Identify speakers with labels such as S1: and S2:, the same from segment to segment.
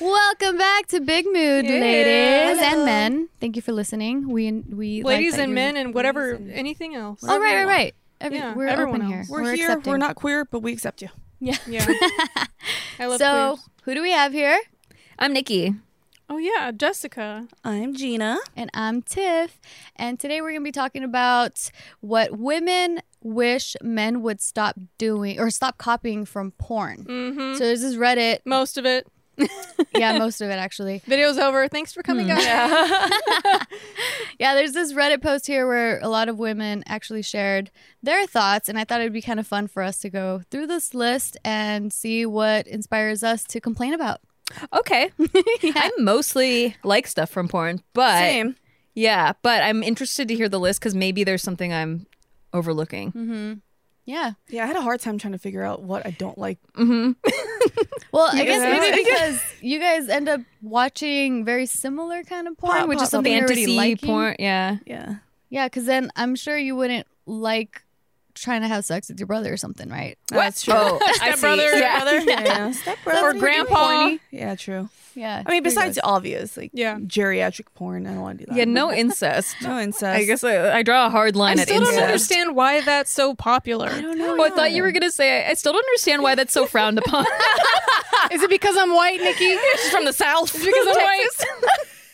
S1: Welcome back to Big Mood,
S2: Yeah.
S1: ladies and
S2: Hello.
S1: men. Thank you for listening. We we like
S2: Ladies
S1: that
S2: and
S1: you're-
S2: men and whatever,
S3: Ladies and-
S2: anything else.
S1: Oh right, right, right. Every,
S2: Yeah,
S1: we're
S2: everyone
S1: open here.
S2: else.
S3: We're, here.
S1: accepting.
S3: We're not queer, but we accept you.
S2: Yeah. I love
S1: so
S2: queers.
S1: who do we have here?
S4: I'm Nikki.
S2: Oh yeah, Jessica.
S3: I'm Gina.
S1: And I'm Tiff. And today we're going to be talking about what women wish men would stop doing or stop copying from porn.
S2: hmm
S1: So there's this Reddit.
S2: Most of it.
S1: Yeah, most of it actually.
S2: Video's over. Thanks for coming, guys.
S1: Yeah, there's this Reddit post here where a lot of women actually shared their thoughts. And I thought it'd be kind of fun for us to go through this list and see what inspires us to complain about.
S4: Okay. I mostly like stuff from porn, but
S3: Same.
S4: yeah, but I'm interested to hear the list because maybe there's something I'm overlooking.
S2: Mm-hmm.
S1: Yeah.
S3: Yeah, I had a hard time trying to figure out what I don't like.
S1: Well, I guess
S3: guys-
S1: maybe because you guys end up watching very similar kind of porn,
S3: Pop-
S1: which
S3: pop-
S1: is something you're already
S4: Fantasy
S1: liking.
S4: porn. Yeah.
S3: Yeah.
S1: Yeah, because then I'm sure you wouldn't like trying to have sex with your brother or something, right?
S3: That's true.
S4: Oh, I see.
S2: Stepbrother,
S4: Yeah.
S2: brother.
S3: Yeah. Stepbrother.
S2: Or grandpa.
S3: Yeah, true.
S1: Yeah.
S3: I mean, besides the obvious, like
S2: Yeah.
S3: geriatric porn, I don't want to do that.
S4: Yeah, no incest.
S3: no incest.
S4: I guess I, I draw a hard
S2: I
S4: line at
S2: still
S4: incest.
S2: don't understand why that's so popular.
S3: I don't know.
S4: Oh, I thought you were gonna say I, I still don't understand why that's so frowned upon.
S2: Is it because I'm white, Nikki?
S4: She's from the south.
S2: because I'm white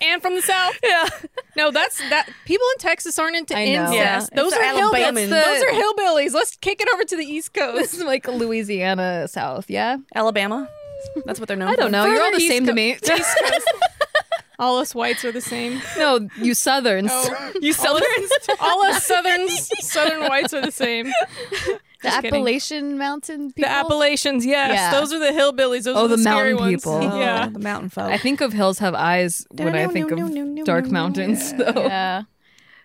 S2: and from the south. Yeah. No, that's that. People in Texas aren't into
S4: I know.
S2: incest.
S4: Yeah.
S2: Those
S3: It's
S2: are
S3: Alabamans.
S2: hillbillies. Those are hillbillies. Let's kick it over to the East Coast.
S4: This is like Louisiana south. Yeah.
S3: Alabama. That's what they're known.
S4: I don't
S3: for.
S4: know. You're all
S2: Further
S4: the
S2: East
S4: same to
S2: Co-
S4: me.
S2: East Coast. All us whites are the same.
S4: no, you southerns.
S2: Oh.
S4: You southerns.
S2: All us Southerns, Southern whites are the same.
S1: the
S2: just kidding.
S1: Appalachian Mountain people.
S2: The Appalachians, yes,
S1: Yeah.
S2: those are the hillbillies. Those
S4: Oh,
S2: are the,
S4: the
S2: scary
S4: mountain
S2: ones.
S4: people.
S3: Oh,
S2: Yeah,
S3: the mountain folk.
S4: I think of hills have eyes when I think of dark mountains, though.
S1: yeah.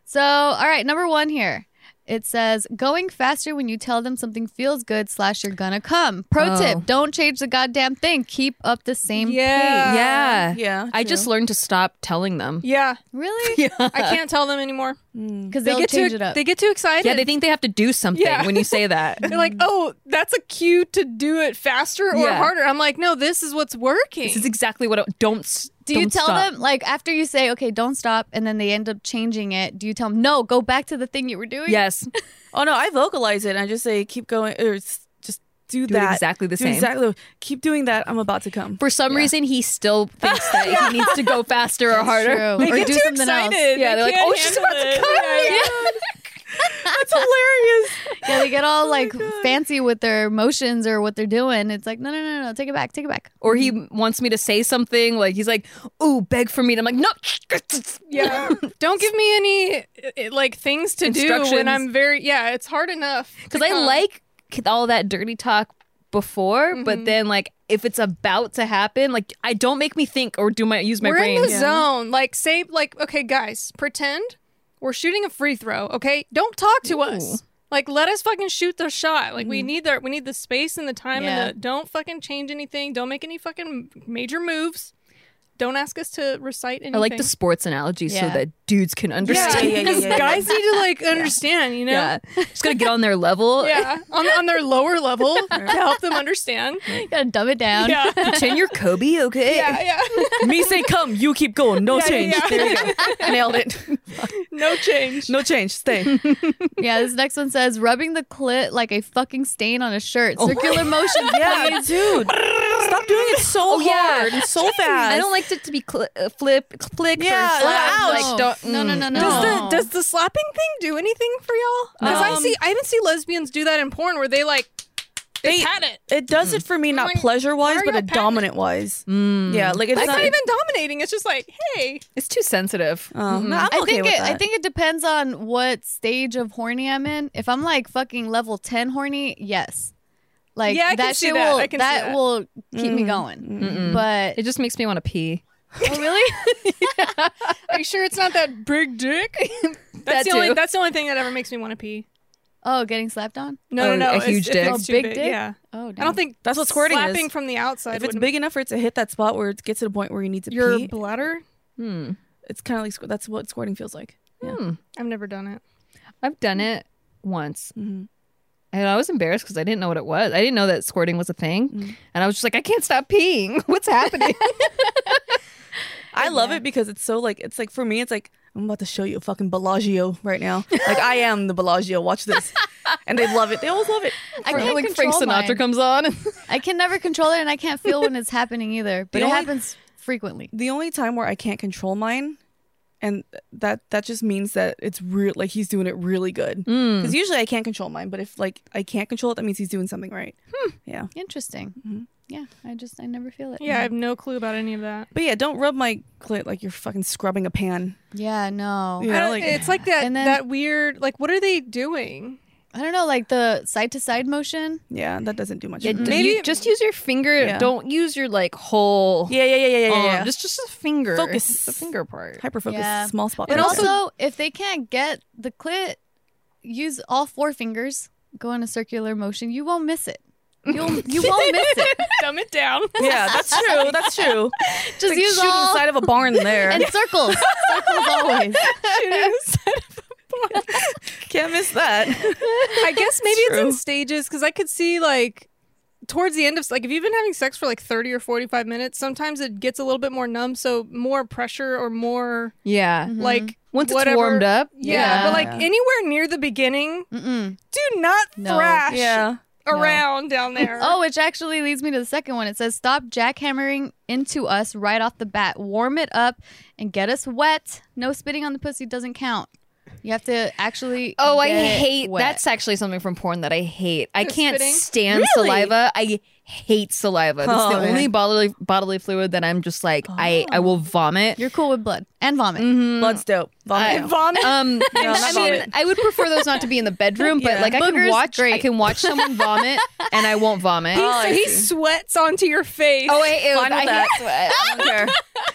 S1: So, all right, number one here. It says going faster when you tell them something feels good slash you're gonna come. Pro
S4: Oh.
S1: tip: Don't change the goddamn thing. Keep up the same.
S2: yeah,
S4: Yeah.
S3: Yeah.
S4: I just learned to stop telling them.
S2: yeah.
S1: Really?
S4: Yeah.
S2: I can't tell them anymore.
S1: Because
S2: They
S1: they'll
S2: get
S1: change
S2: too
S1: it up.
S2: they get too excited.
S4: uh, Yeah, they think they have to do something
S2: Yeah.
S4: when you say that.
S2: are like, oh, that's a cue to do it faster or
S4: Yeah.
S2: harder. I'm like, no, this is what's working.
S4: this is exactly what I don't. s-
S1: do you
S4: don't
S1: tell
S4: stop.
S1: them like after you say okay, don't stop, and then they end up changing it? Do you tell them no, go back to the thing you were doing?
S4: Yes.
S3: Oh no, I vocalize it and I just say keep going or s- just do,
S4: Do it
S3: that.
S4: exactly the
S3: Do
S4: same.
S3: Exactly. Keep doing that. I'm about to come.
S4: For some reason, he still thinks that he needs to go faster or harder.
S1: True.
S2: They
S1: or
S2: get
S1: do
S2: too
S1: something
S2: excited.
S1: else.
S4: Yeah, they're like,
S2: can't
S4: oh, she's
S2: handle
S4: about to
S2: it.
S4: come.
S2: Yeah, yeah.
S3: That's hilarious.
S1: Yeah, they get all
S2: Oh
S1: like fancy with their motions or what they're doing. It's like, no, no, no, no, take it back, take it back.
S4: Or he wants me to say something. Like he's like, "Ooh, beg for me." And I'm like, "No."
S2: Yeah. Don't give me any uh, like things to do when
S4: Instructions.
S2: I'm very yeah, it's hard enough. to
S4: because I
S2: come.
S4: like all that dirty talk before, but then like if it's about to happen, like I don't make me think or do my use my
S2: we're
S4: brain.
S2: in the zone. Like say like okay guys, pretend we're shooting a free throw, okay? Don't talk to us. Like let us fucking shoot the shot. Like we need the we need the space and the time
S1: Yeah.
S2: and the don't fucking change anything. Don't make any fucking major moves. Don't ask us to recite anything.
S4: I like the sports analogy so
S1: Yeah.
S4: that dudes can
S2: yeah,
S4: understand.
S3: Yeah, yeah, yeah, yeah, yeah.
S2: guys need to like understand, you know?
S4: Yeah. just gotta get on their level.
S2: yeah. On, on their lower level to help them understand.
S1: You gotta dumb it down.
S2: Yeah.
S4: Pretend you're Kobe, okay?
S2: Yeah, yeah.
S3: Me say come, you keep going. No change.
S2: yeah.
S3: There you go. Nailed it.
S2: No change.
S3: No change. Stay.
S1: Yeah, this next one says rubbing the clit like a fucking stain on a
S2: Oh
S1: shirt. Circular motion.
S3: yeah, dude. Stop doing it so
S4: Oh, yeah.
S3: hard and so fast.
S4: I don't like it to be cl- uh, flip, flicked
S3: Yeah,
S4: or slapped.
S3: ouch.
S4: Like, don't,
S1: No, no, no, no.
S2: mm. Does
S1: No.
S2: the does the slapping thing do anything for y'all? Because I
S3: Um,
S4: No.
S2: see I even see lesbians do that in porn where they like they,
S3: They-
S2: pat it.
S3: It does it for me, not
S2: like,
S3: pleasure wise,
S2: why are
S3: but a
S2: y'all
S3: Mm.
S2: patting-
S3: dominant wise. Yeah, like it's
S2: It's
S3: not
S2: not even dominating. It's just like, hey,
S4: It's too sensitive.
S3: Oh, no, I'm
S1: I
S3: okay
S1: think
S3: with
S1: it. I
S3: that.
S1: think it depends on what stage of horny I'm in. If I'm like fucking level ten horny, yes, like
S2: Yeah, I can
S1: that
S2: see
S1: shit
S2: that.
S1: will
S2: I can see that.
S1: will keep me going. But
S4: It just makes me want to pee.
S1: oh, really,
S2: are you sure it's not that big dick? that's
S4: That
S2: the only
S4: too.
S2: that's the only thing that ever makes me want to pee.
S1: oh, getting slapped on.
S2: No,
S4: Oh,
S2: no, no.
S4: a
S2: it's-
S4: huge
S2: if
S4: dick?
S2: it's
S1: Oh,
S2: too
S1: big dick?
S2: Yeah.
S1: Oh, damn.
S2: I don't think
S3: That's what squirting is.
S2: slapping from the outside.
S3: if it's
S2: wouldn't-
S3: big enough for it to hit that spot where it gets to the point where you need to
S2: your
S3: pee,
S2: bladder.
S4: Hmm.
S3: it's kind of like squ- that's what squirting feels like. Yeah.
S4: Hmm.
S2: I've never done it.
S4: I've done it once.
S3: Mhm.
S4: And I was embarrassed because I didn't know what it was. I didn't know that squirting was a thing. And I was just like, I can't stop peeing. What's happening?
S3: I love it because it's so like it's like for me it's like I'm about to show you a fucking Bellagio right now. Like I am the Bellagio. Watch this, and they love it. They always love it.
S1: I
S4: Frank-
S1: can't
S4: like Frank
S1: control
S4: Sinatra
S1: mine.
S4: comes on.
S1: I can never control it, and I can't feel when it's happening either. But
S3: The
S1: it
S3: only-
S1: happens frequently.
S3: The only time where I can't control mine, and that that just means that it's real. Like he's doing it really good.
S1: Hmm.
S3: Because usually I can't control mine, but if like I can't control it, that means he's doing something right.
S1: Hmm.
S3: Yeah.
S1: Interesting.
S3: Mhm.
S1: Yeah, I just I never feel it.
S2: Mm-hmm. Yeah, I have no clue about any of that.
S3: But yeah, don't rub my clit like you're fucking scrubbing a pan.
S1: Yeah, no.
S3: Yeah.
S2: I don't-
S3: like-
S2: it's like that
S1: And then-
S2: that weird like what are they doing?
S1: I don't know, like the side to side motion.
S3: Yeah, that doesn't do much.
S4: Yeah,
S3: for me.
S4: d-
S2: Maybe-
S4: you just use your finger.
S3: Yeah.
S4: Don't use your like whole.
S3: Yeah, yeah, yeah, yeah, yeah,
S1: Oh,
S4: arm.
S3: yeah.
S4: Just just a finger.
S3: Focus.
S4: It's The finger part.
S3: hyper focus,
S1: Yeah.
S3: small spot.
S1: But
S3: focus.
S1: also, if they can't get the clit, use all four fingers. Go in a circular motion. You won't miss it. You'll you won't miss it.
S2: Dumb it down.
S3: yeah, that's true. That's true.
S1: Just
S3: It's like
S1: use
S3: shooting
S1: all
S3: inside of a barn there.
S1: and circles. circles always.
S3: Can't miss that.
S2: I guess maybe it's,
S3: True.
S2: in stages because I could see like towards the end of like if you've been having sex for like 30 or 45 minutes, sometimes it gets a little bit more numb, so more pressure or more
S4: Yeah.
S2: like
S4: Mm-hmm. Once
S2: Mm-hmm. whatever-
S4: it's warmed up.
S2: Yeah,
S1: Yeah.
S2: but like
S3: Yeah.
S2: anywhere near the beginning,
S1: Mm-mm.
S2: do not
S1: No.
S2: thrash
S3: Yeah.
S2: around down there.
S1: Oh, which actually leads me to the second one. It says stop jackhammering into us right off the bat. Warm it up and get us wet. No spitting on the pussy doesn't count. You have to actually.
S4: Oh, I
S1: get
S4: hate.
S1: wet.
S4: That's actually something from porn that I hate. I can't
S2: spitting?
S4: stand saliva. I hate saliva. That's
S3: Oh,
S4: the
S3: man.
S4: only bodily bodily fluid that I'm just like I I will vomit.
S1: You're cool with blood and vomit.
S3: Blood's dope. Vomit.
S4: I-
S3: down.
S2: Vomit.
S4: Um,
S3: No, not
S4: I mean,
S3: vomit.
S4: I would prefer those not to be in the bedroom, but
S3: Yeah.
S4: like I can
S1: Boogers,
S4: watch, I
S1: great.
S4: can watch someone vomit, and I won't vomit.
S2: He-
S4: Oh,
S3: I
S2: so he
S3: see.
S2: sweats onto your face.
S4: wait, ew,
S3: Fine with
S4: I
S3: that.
S4: hate sweat.
S3: I don't care.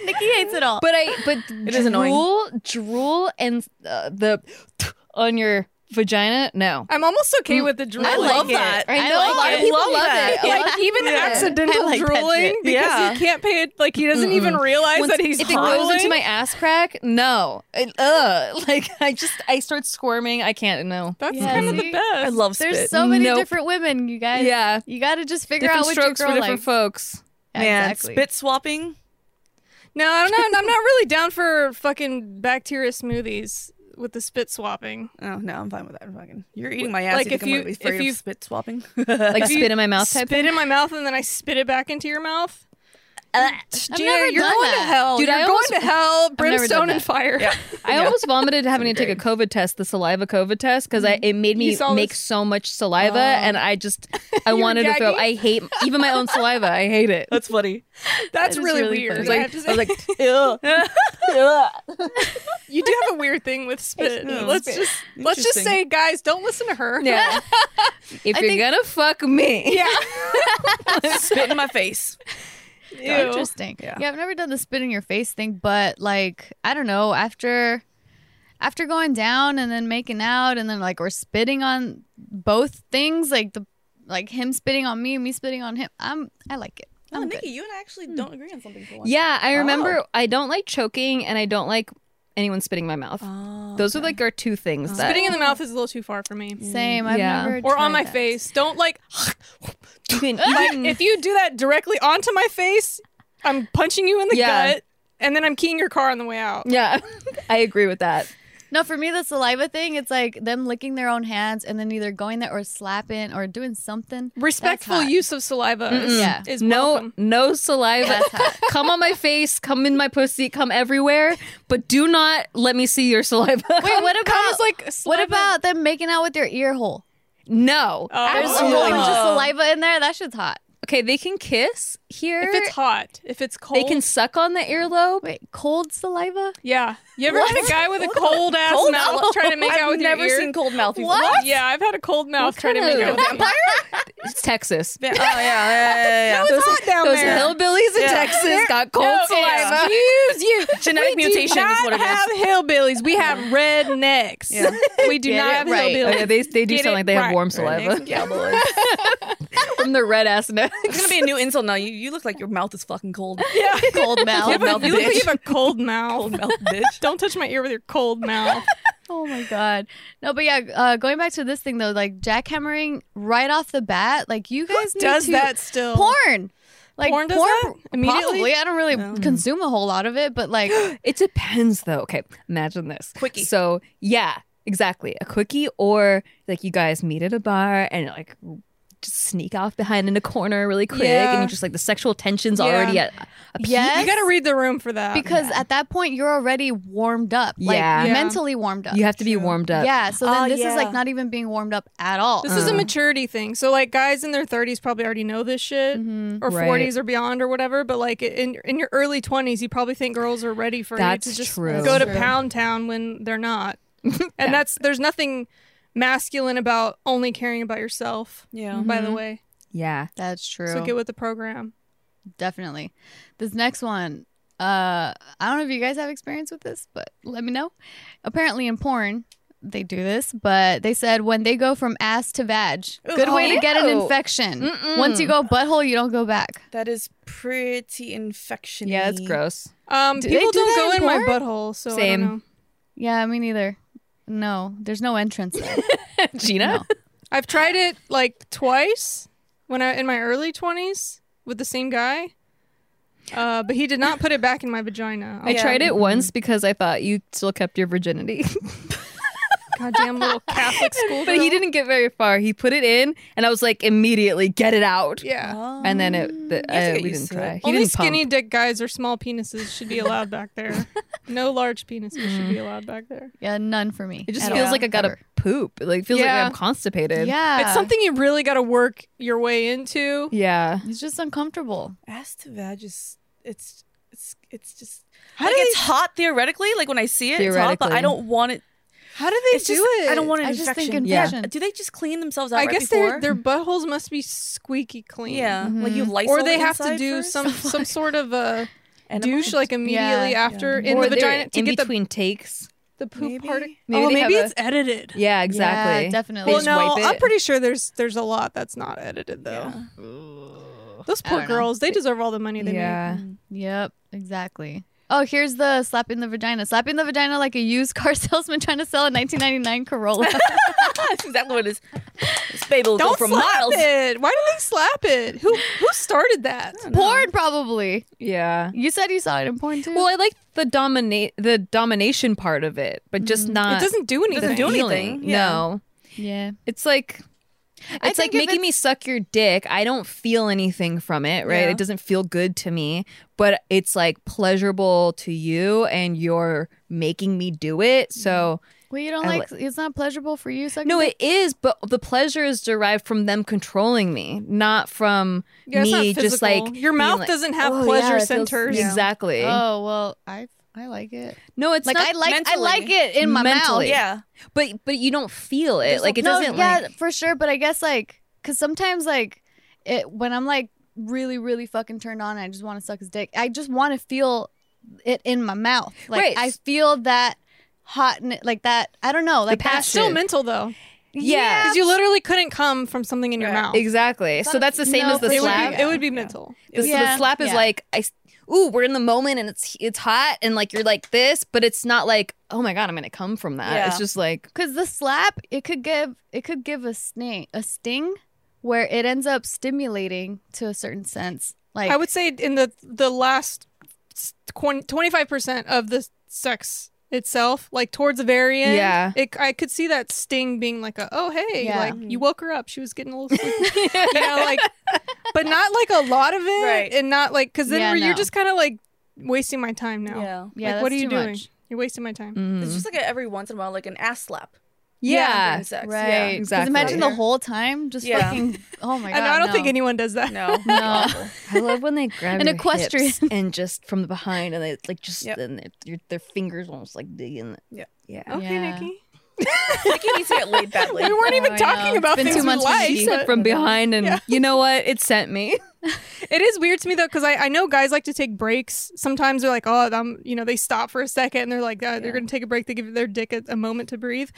S1: Nikki hates it all.
S4: But I, but
S3: It
S4: drool,
S3: is annoying.
S4: drool, and uh, the on your vagina. No,
S2: I'm almost okay with the drooling.
S3: I love that.
S4: I
S1: I
S4: know a
S1: like
S4: lot
S1: it.
S4: of people
S3: Love
S4: love,
S3: that.
S4: it.
S2: Like even accidental
S1: I like that
S2: drooling
S1: shit.
S2: because
S3: Yeah.
S2: he can't pay it. Like he doesn't even realize
S4: Once-
S2: that he's
S4: if it goes
S2: drooling.
S4: into my ass crack, no, it, ugh, like I just I start squirming. I can't. No,
S2: That's
S1: Yeah,
S2: kind of the
S1: see?
S2: best.
S3: I love spit.
S1: There's so many
S4: Nope.
S1: different women, you guys.
S4: yeah,
S1: You got to just figure
S4: different
S1: out what
S4: strokes
S1: your
S4: for
S1: girl
S4: different
S1: likes.
S4: folks.
S1: Yeah,
S3: Man,
S1: exactly.
S3: spit swapping.
S2: No, I don't know. I'm not really down for fucking bacteria smoothies with the spit swapping.
S3: Oh no, I'm fine with that. Fucking, you're eating my ass.
S2: Like,
S3: you think
S2: if
S3: I'm
S2: you-
S3: gonna be
S2: if
S3: afraid
S2: you-
S3: of spit swapping?
S4: Like spit in my mouth type.
S2: spit in my mouth and then I spit it back into your mouth. Dude,
S1: never
S2: you're
S1: done
S2: going
S1: that.
S2: to hell.
S4: Dude,
S2: you're
S4: I
S2: going
S4: almost-
S2: to hell,
S1: never done
S2: brimstone and
S1: that.
S2: fire.
S3: Yeah.
S4: I almost vomited having to take a COVID test, the saliva COVID test, because I it made
S2: You
S4: me
S2: saw
S4: make
S2: this-
S4: so much saliva,
S3: Oh.
S4: and I just I
S2: were
S4: wanted to throw.
S2: gagging?
S4: I hate even my own saliva. I hate it.
S3: That's funny.
S2: That's
S4: That is
S2: really,
S4: really
S2: weird.
S4: funny.
S3: I was
S2: I
S3: like,
S2: have to
S3: I was
S2: say-
S3: like, ew. Ew.
S2: you do have a weird thing with spit.
S3: Yeah.
S2: Let's just let's just
S3: Interesting.
S2: say, guys, don't listen to her.
S4: Yeah. if you're
S1: think-
S4: gonna fuck me,
S2: Yeah.
S3: spit in my face.
S2: Ew.
S1: Interesting.
S3: Yeah.
S1: Yeah. I've never done the spit in your face thing, but like I don't know, after after going down and then making out and then like we're spitting on both things, like the like him spitting on me, me spitting on him. I'm I like it.
S3: Oh,
S1: I'm good.
S3: Nikki, you and I actually don't agree on something for once.
S4: yeah. I remember
S2: Oh.
S4: I don't like choking, and I don't like anyone spitting in my mouth.
S3: Oh,
S4: Those are like our two things. that
S2: Oh. Spitting in the mouth is a little too far for me.
S1: Same. I've
S4: Yeah.
S1: never
S2: Or on
S1: tried
S2: my
S1: that.
S2: face. Don't like
S4: you can
S2: like
S4: even-
S2: if you do that directly onto my face, I'm punching you in the
S4: Yeah.
S2: gut and then I'm keying your car on the way out.
S4: yeah, I agree with that.
S1: No, for me the saliva thing, it's like them licking their own hands and then either going there or slapping or doing something.
S2: Respectful
S1: hot.
S2: use of saliva is,
S4: Mm-mm.
S1: Yeah.
S2: is
S4: no,
S2: welcome.
S4: no saliva. come on my face. Come in my pussy. Come everywhere. But do not let me see your saliva.
S1: Wait, what
S2: Cum
S1: about
S2: is like
S1: what
S2: saliva.
S1: about them making out with their ear hole?
S4: No.
S2: Oh.
S1: There's a
S4: Absolutely
S1: whole bunch of
S3: not.
S1: saliva in there. That shit's hot.
S4: Okay, they can kiss here.
S2: if it's hot, if it's cold?
S4: they can suck on the earlobe.
S1: Wait, cold saliva?
S2: yeah. You ever had a guy with a cold ass
S3: Cold
S2: mouth
S3: mouth?
S2: try to make
S3: I've
S2: out with
S3: never
S2: your ear?
S3: seen cold mouth. before.
S2: Yeah, I've had a cold mouth try to
S4: kind
S2: make
S4: of-
S2: out with vampire.
S4: It's Texas.
S3: Yeah, Oh yeah, yeah, yeah, yeah.
S2: It's hot down
S4: Those
S2: there.
S4: hillbillies in
S3: Yeah.
S4: Texas got cold
S2: No,
S4: saliva.
S2: Excuse you.
S3: Genetic
S2: we
S3: mutation
S2: do
S3: is
S2: not
S3: what it is.
S2: have hillbillies. We have rednecks.
S3: Yeah.
S2: We do not have
S4: right.
S2: hillbillies.
S4: Oh, yeah, they, they do
S2: Get
S4: sound
S2: it
S4: like they have
S2: right.
S4: warm
S3: Rednecks
S4: saliva
S3: and cowboys.
S4: from their red ass neck.
S3: It's gonna be a new insult now. You you look like your mouth is fucking cold.
S2: Yeah.
S1: Cold
S2: You
S1: mouth.
S2: have a-
S3: mouth
S2: you look like you
S3: bitch.
S2: have a cold mouth.
S3: Cold mouth bitch.
S2: Don't touch my ear with your cold mouth.
S1: Oh my god. No, but yeah, uh, going back to this thing though, like jackhammering right off the bat, like you guys need
S2: does
S1: to-
S2: that still?
S1: porn. Like
S2: Porn does that? Immediately?
S1: Probably. I don't really consume a whole lot of it, but like
S4: It depends though. Okay, imagine this.
S3: Quickie.
S4: So yeah, exactly. A quickie or like you guys meet at a bar and like just sneak off behind in a corner really quick
S2: Yeah.
S4: and you just like the sexual tension's
S2: Yeah.
S4: already at a peak.
S1: yes,
S2: You got to read the room for that.
S1: because at that point you're already warmed up, like
S4: Yeah.
S2: Yeah.
S1: mentally warmed up. Mm.
S4: You have to be warmed up.
S1: yeah. So then
S3: Oh,
S1: this is
S3: yeah.
S1: like not even being warmed up at all.
S2: this is a maturity thing. So like guys in their 30s probably already know this shit
S1: Mm-hmm.
S2: or
S4: Right.
S2: 40s or beyond or whatever, but like in in your early 20s you probably think girls are ready for you
S4: That's
S2: to just
S4: true.
S2: go
S1: That's
S2: to
S1: true.
S2: pound town when they're not. and that's there's nothing masculine about only caring about yourself.
S3: Yeah.
S2: By the way,
S4: Yeah.
S1: That's true.
S2: so get with the program.
S1: Definitely. This next one, uh, I don't know if you guys have experience with this, but let me know. Apparently, in porn, they do this, but they said when they go from ass to vag, good way to get an
S4: Ew.
S1: infection. Once you go butthole, you don't go back.
S3: That is pretty infection.
S4: Yeah, that's gross.
S2: Um,
S1: Do they
S2: people
S1: do
S2: not
S1: that
S2: go
S1: in
S2: in my
S1: porn?
S2: butthole, so I
S4: Same.
S2: don't know.
S1: Yeah, me neither. No, there's no entrance. there.
S4: Gina?
S2: I've tried it like twice when I in my early twenties with the same guy, uh, but he did not put it back in my vagina.
S4: I
S2: Oh,
S4: tried it once because I thought you still kept your virginity.
S2: goddamn little Catholic school.
S4: but he
S2: girl.
S4: didn't get very far. He put it in and I was like immediately get it out.
S3: Oh,
S2: Yeah.
S3: Um,
S4: And then it the,
S3: have to
S4: uh,
S3: get
S4: we didn't
S3: used to it.
S4: try. He
S2: Only
S4: didn't
S2: skinny
S4: pump.
S2: dick guys or small penises should be allowed back there. no large penises should be allowed back there.
S1: yeah, none for me.
S4: It just
S1: at
S4: feels
S1: all,
S4: like I got to
S1: ever.
S4: poop. Like it feels
S2: Yeah.
S4: like I'm constipated.
S1: Yeah,
S2: It's something you really got to work your way into.
S4: Yeah.
S1: It's just uncomfortable.
S3: ass to vag is it's it's it's just
S2: How
S3: like
S2: do
S3: it's hot theoretically. Like when I see it, it's hot, but I
S4: Theoretically.
S3: don't want it.
S2: How do they
S3: it's
S2: do
S3: just,
S2: it?
S3: I don't want an
S1: I just
S3: infection.
S1: think
S4: Yeah.
S1: infection.
S3: Do they just clean themselves out?
S2: I
S3: right
S2: guess
S3: before?
S2: their their buttholes must be squeaky clean.
S3: yeah, Mm-hmm. like you Lysol
S2: Or they
S3: it
S2: have to
S3: inside
S2: do
S3: first?
S2: some some sort of a
S3: Enema?
S2: douche like immediately
S1: Yeah.
S2: after
S3: Yeah.
S2: in
S4: Or
S2: the
S4: they're
S2: vagina to
S4: in
S2: get the,
S4: between takes.
S2: the poop
S3: Maybe.
S2: party.
S4: Maybe
S2: oh,
S4: they have
S2: maybe
S4: a-
S2: it's edited.
S4: Yeah,
S1: Yeah,
S4: exactly.
S1: definitely.
S4: They
S2: Well,
S4: just
S2: no,
S4: wipe
S2: I'm
S4: it.
S2: pretty sure there's there's a lot that's not edited though. Those
S1: I
S2: poor
S1: don't know.
S2: girls, they deserve all the money they
S4: yeah.
S1: Yep, exactly. Oh, here's the slap in the vagina. Slap in the vagina like a used car salesman trying to sell a 1999 Corolla.
S3: That's exactly what it is. This baby will
S2: make. Don't
S3: go for
S2: slap
S3: miles.
S2: it. Why do they slap it? Who who started that?
S1: porn, probably.
S4: Yeah.
S1: You said you saw it in porn too.
S4: Well, I like the dominate the domination part of it, but just not
S2: Mm-hmm. It doesn't do anything.
S3: doesn't do anything. yeah.
S4: No.
S1: yeah.
S4: It's like it's like
S1: think if
S4: making me suck your dick. I don't feel anything from it, right?
S3: Yeah.
S4: It doesn't feel good to me, but it's like pleasurable to you and you're making me do it. So
S1: Well, you don't
S4: I
S1: like. it's not pleasurable for you. Sucking
S4: No,
S1: dick?
S4: it is, but the pleasure is derived from them controlling me, not from
S2: Yeah, it's
S4: me
S2: not
S4: just
S2: physical.
S4: like
S2: Your
S4: being
S2: mouth
S4: like,
S2: doesn't have
S4: "Oh, yeah,
S2: pleasure
S4: it feels-"
S2: centers.
S4: Exactly.
S1: Oh well, I I like it.
S4: no, it's
S1: Like
S4: not
S1: I like I
S3: mentally.
S1: like it in my
S4: Mentally.
S1: mouth.
S3: Yeah.
S4: but but you don't feel it. Like it
S1: No,
S4: doesn't
S1: yeah,
S4: like
S1: for sure. But I guess like, cause sometimes like, it when I'm like really really fucking turned on, and I just want to suck his dick. I just want to feel it in my mouth. Like
S4: Right.
S1: I feel that hot like that. I don't know. Like that-
S2: That's still
S4: Passion.
S2: mental though.
S4: yeah.
S2: Because you literally couldn't come from something in your
S3: Yeah.
S2: mouth.
S4: Exactly. So that's the same
S1: No,
S4: as the
S1: but
S2: It
S4: slap.
S2: would be, it would be mental.
S4: The, the
S1: Yeah.
S4: slap is
S1: Yeah.
S4: like I s- ooh, we're in the moment and it's it's hot and like you're like this, but it's not like, oh my god, I'm gonna come from that.
S3: Yeah.
S4: It's just like
S1: Cause the slap, it could give it could give a sting a sting where it ends up stimulating to a certain sense. Like
S2: I would say in the the last twenty five percent of the sex itself, like towards the very end,
S4: Yeah.
S2: it, I could see that sting being like a oh hey,
S1: Yeah.
S2: like
S3: Mm-hmm.
S2: you woke her up, she was getting a little, sleepy. you know, like, but not like a lot of it,
S3: Right.
S2: and not like because then
S1: Yeah,
S2: we're- you're
S1: no.
S2: just kind of like wasting my time now.
S3: Yeah.
S1: yeah,
S2: like,
S1: that's
S2: what are you
S1: too
S2: doing?
S1: much.
S2: You're wasting my time.
S4: mm.
S3: It's just like a, every once in a while, like an ass slap.
S4: yeah.
S3: during sex.
S1: Right.
S3: Yeah.
S1: 'Cause
S4: exactly.
S1: Imagine the whole time just
S3: Yeah.
S1: fucking oh my god.
S2: and I don't
S1: no.
S2: think anyone does that.
S3: No.
S1: No.
S4: I love when they grab
S1: An
S4: your
S1: equestrian.
S4: hips and just from the behind and they like just
S3: Yep.
S4: and their, their fingers almost like digging. it.
S3: Yep.
S4: Yeah.
S2: Okay,
S1: Yeah.
S2: Nikki.
S3: like you need to get laid badly.
S2: We weren't
S1: Oh,
S2: even
S1: I know.
S2: talking
S1: It's
S2: about
S1: been
S2: things
S1: too
S2: we
S1: much for
S2: like.
S1: me.
S4: She
S2: but-
S4: said from behind, and
S2: Yeah.
S4: you know what? It sent me.
S2: It is weird to me though, because I, I know guys like to take breaks. Sometimes they're like, oh, I'm, you know, they stop for a second and they're like, uh, they're going to take a break. They give their dick a, a moment to breathe,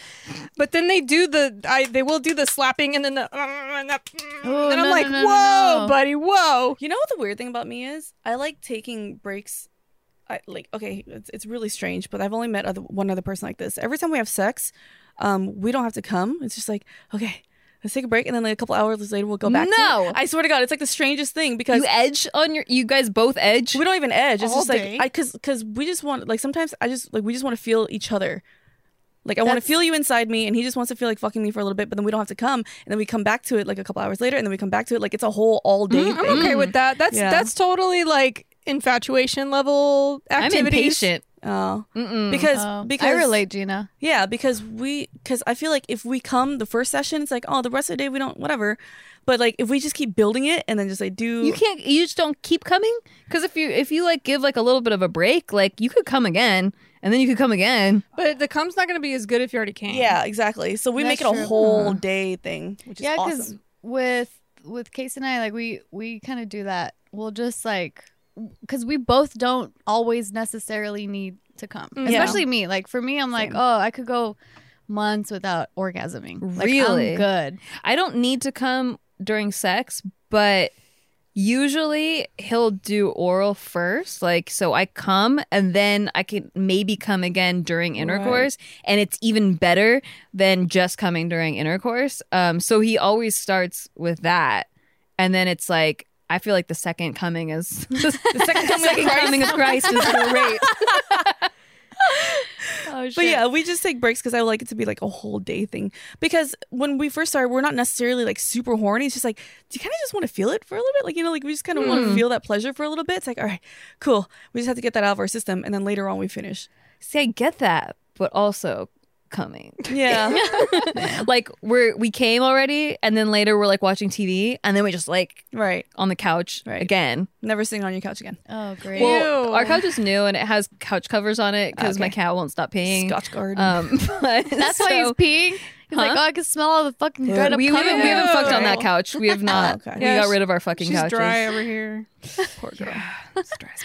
S2: but then they do the, I they will do the slapping and then the, and, the-
S1: Ooh,
S2: and I'm
S1: no,
S2: like,
S1: no, no, no,
S2: whoa,
S1: no."
S2: buddy, whoa.
S3: You know what the weird thing about me is? I like taking breaks I, like okay, it's, it's really strange, but I've only met other, one other person like this. Every time we have sex, um, we don't have to come. It's just like okay, let's take a break, and then like a couple hours later we'll go back. to it.
S4: No.
S3: I swear to God, it's like the strangest thing because
S4: You edge on your. You guys both edge.
S3: we don't even edge. It's
S2: All
S3: just
S2: day?
S3: like I because because we just want like sometimes I just like we just want to feel each other. Like I want to
S1: That's-
S3: feel you inside me, and he just wants to feel like fucking me for a little bit, but then we don't have to come, and then we come back to it like a couple hours later, and then we come back to it like it's a whole all day.
S2: I'm okay with that. That's
S3: Yeah.
S2: that's totally like infatuation level
S4: I'm
S2: activities.
S4: impatient.
S3: Oh,
S4: Mm-mm.
S3: because
S1: Oh,
S3: because
S1: I relate, Gina.
S3: Yeah, because we because I feel like if we come the first session, it's like oh the rest of the day we don't whatever, but like if we just keep building it and then just like do
S4: you can't. You just don't keep coming. Because if you if you like give like a little bit of a break, like you could come again, and then you could come again.
S2: But the cum's not going to be as good if you already came.
S3: yeah exactly. So we
S1: That's
S3: make it a
S1: true.
S3: whole
S1: Mm-hmm.
S3: day thing, which is
S1: Yeah, because
S3: awesome.
S1: with with Case and I, like we we kind of do that. We'll just like because we both don't always necessarily need to come,
S2: Mm. Yeah.
S1: especially me. Like for me, I'm like,
S3: Same.
S1: oh, I could go months without orgasming. Like, I'm
S4: Really?
S1: good.
S4: I don't need to come during sex, but usually he'll do oral first. Like, so I come and then I can maybe come again during intercourse. And it's even better than just coming during intercourse. Um, so he always starts with that. And then it's like, I feel like the second coming is the second coming,
S3: of Christ.
S4: of Christ is great.
S1: Oh shit.
S3: But yeah, we just take breaks because I like it to be like a whole day thing. Because when we first started, we're not necessarily like super horny. It's just like, do you kind of just want to feel it for a little bit? Like, you know, like we just kind of want
S2: Hmm.
S3: to feel that pleasure for a little bit. It's like, all right, cool. We just have to get that out of our system. And then later on, we finish.
S4: See, I get that, but also coming.
S3: Yeah.
S4: like we're we came already and then later we're like watching TV and then we just like
S3: right.
S4: on the couch
S3: Right.
S4: again.
S3: Never sitting on your couch again.
S1: Oh great.
S4: Well,
S2: Ew.
S4: our couch is new and it has couch covers on it because my
S3: Okay.
S4: cat won't stop peeing.
S3: Scotch guard.
S2: Uh,
S4: Um, but
S1: That's why he's
S4: so,
S1: peeing. He's like,
S4: Huh?
S1: oh, I can smell all the fucking
S3: Yeah.
S1: thread of
S4: we, we, haven't, we haven't fucked on that couch. We have not.
S3: Okay.
S4: We
S2: Yeah,
S4: got rid of our fucking
S2: She's
S4: couches.
S2: dry over here.
S3: Poor girl.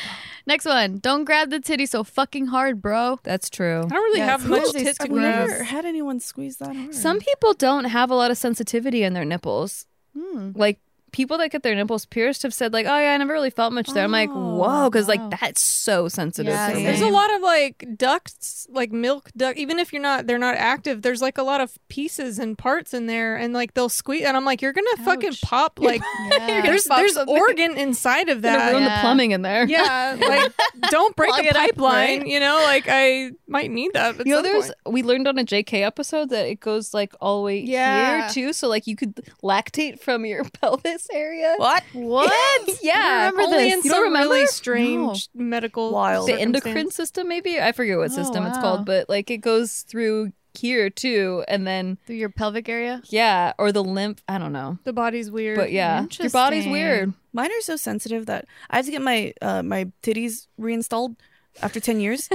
S1: Next one. Don't grab the titty so fucking hard, bro.
S4: That's true.
S2: I don't really
S1: Yeah,
S2: have
S1: it's
S2: much
S1: cool.
S2: tit to
S3: I've
S2: grab.
S3: never had anyone squeeze that hard.
S4: Some people don't have a lot of sensitivity in their nipples.
S1: Hmm.
S4: Like people that get their nipples pierced have said like, "Oh yeah, I never really felt much there." I'm like,
S3: Oh,
S4: "Whoa," because
S1: wow.
S4: like that's so sensitive.
S1: Yeah,
S4: for me.
S1: same.
S2: There's a lot of like ducts, like milk duct. Even if you're not, they're not active. There's like a lot of pieces and parts in there, and like they'll squeeze. And I'm like, you're gonna fucking
S1: Ouch.
S2: pop. Like
S1: Yeah.
S2: there's
S4: pop
S2: there's
S4: something.
S2: organ inside of
S4: Gonna
S2: that.
S4: ruin
S1: Yeah.
S4: the plumbing in there.
S2: Yeah, like don't break
S4: Plug
S2: a
S4: it up,
S2: pipeline.
S4: right?
S2: You know, like I might need that. At
S4: You know,
S2: some
S4: there's
S2: point.
S4: we learned on a JK episode that it goes like all the way
S2: Yeah.
S4: here too, so like you could lactate from your pelvis area.
S3: What?
S1: what?
S4: Yeah,
S1: I don't remember
S4: only
S1: this.
S4: in
S2: in
S4: you
S2: some
S4: don't remember
S2: really strange medical
S3: Wild.
S4: the
S2: circumstance.
S4: endocrine system, maybe I forget what
S1: Oh,
S4: system it's
S1: wow.
S4: called, but like it goes through here too, and then
S1: Through your pelvic area?
S4: yeah, or the lymph. I don't know,
S2: The body's weird.
S4: but yeah, your body's
S1: Interesting.
S4: weird.
S3: Mine are so sensitive that I have to get my uh, my titties reinstalled after ten years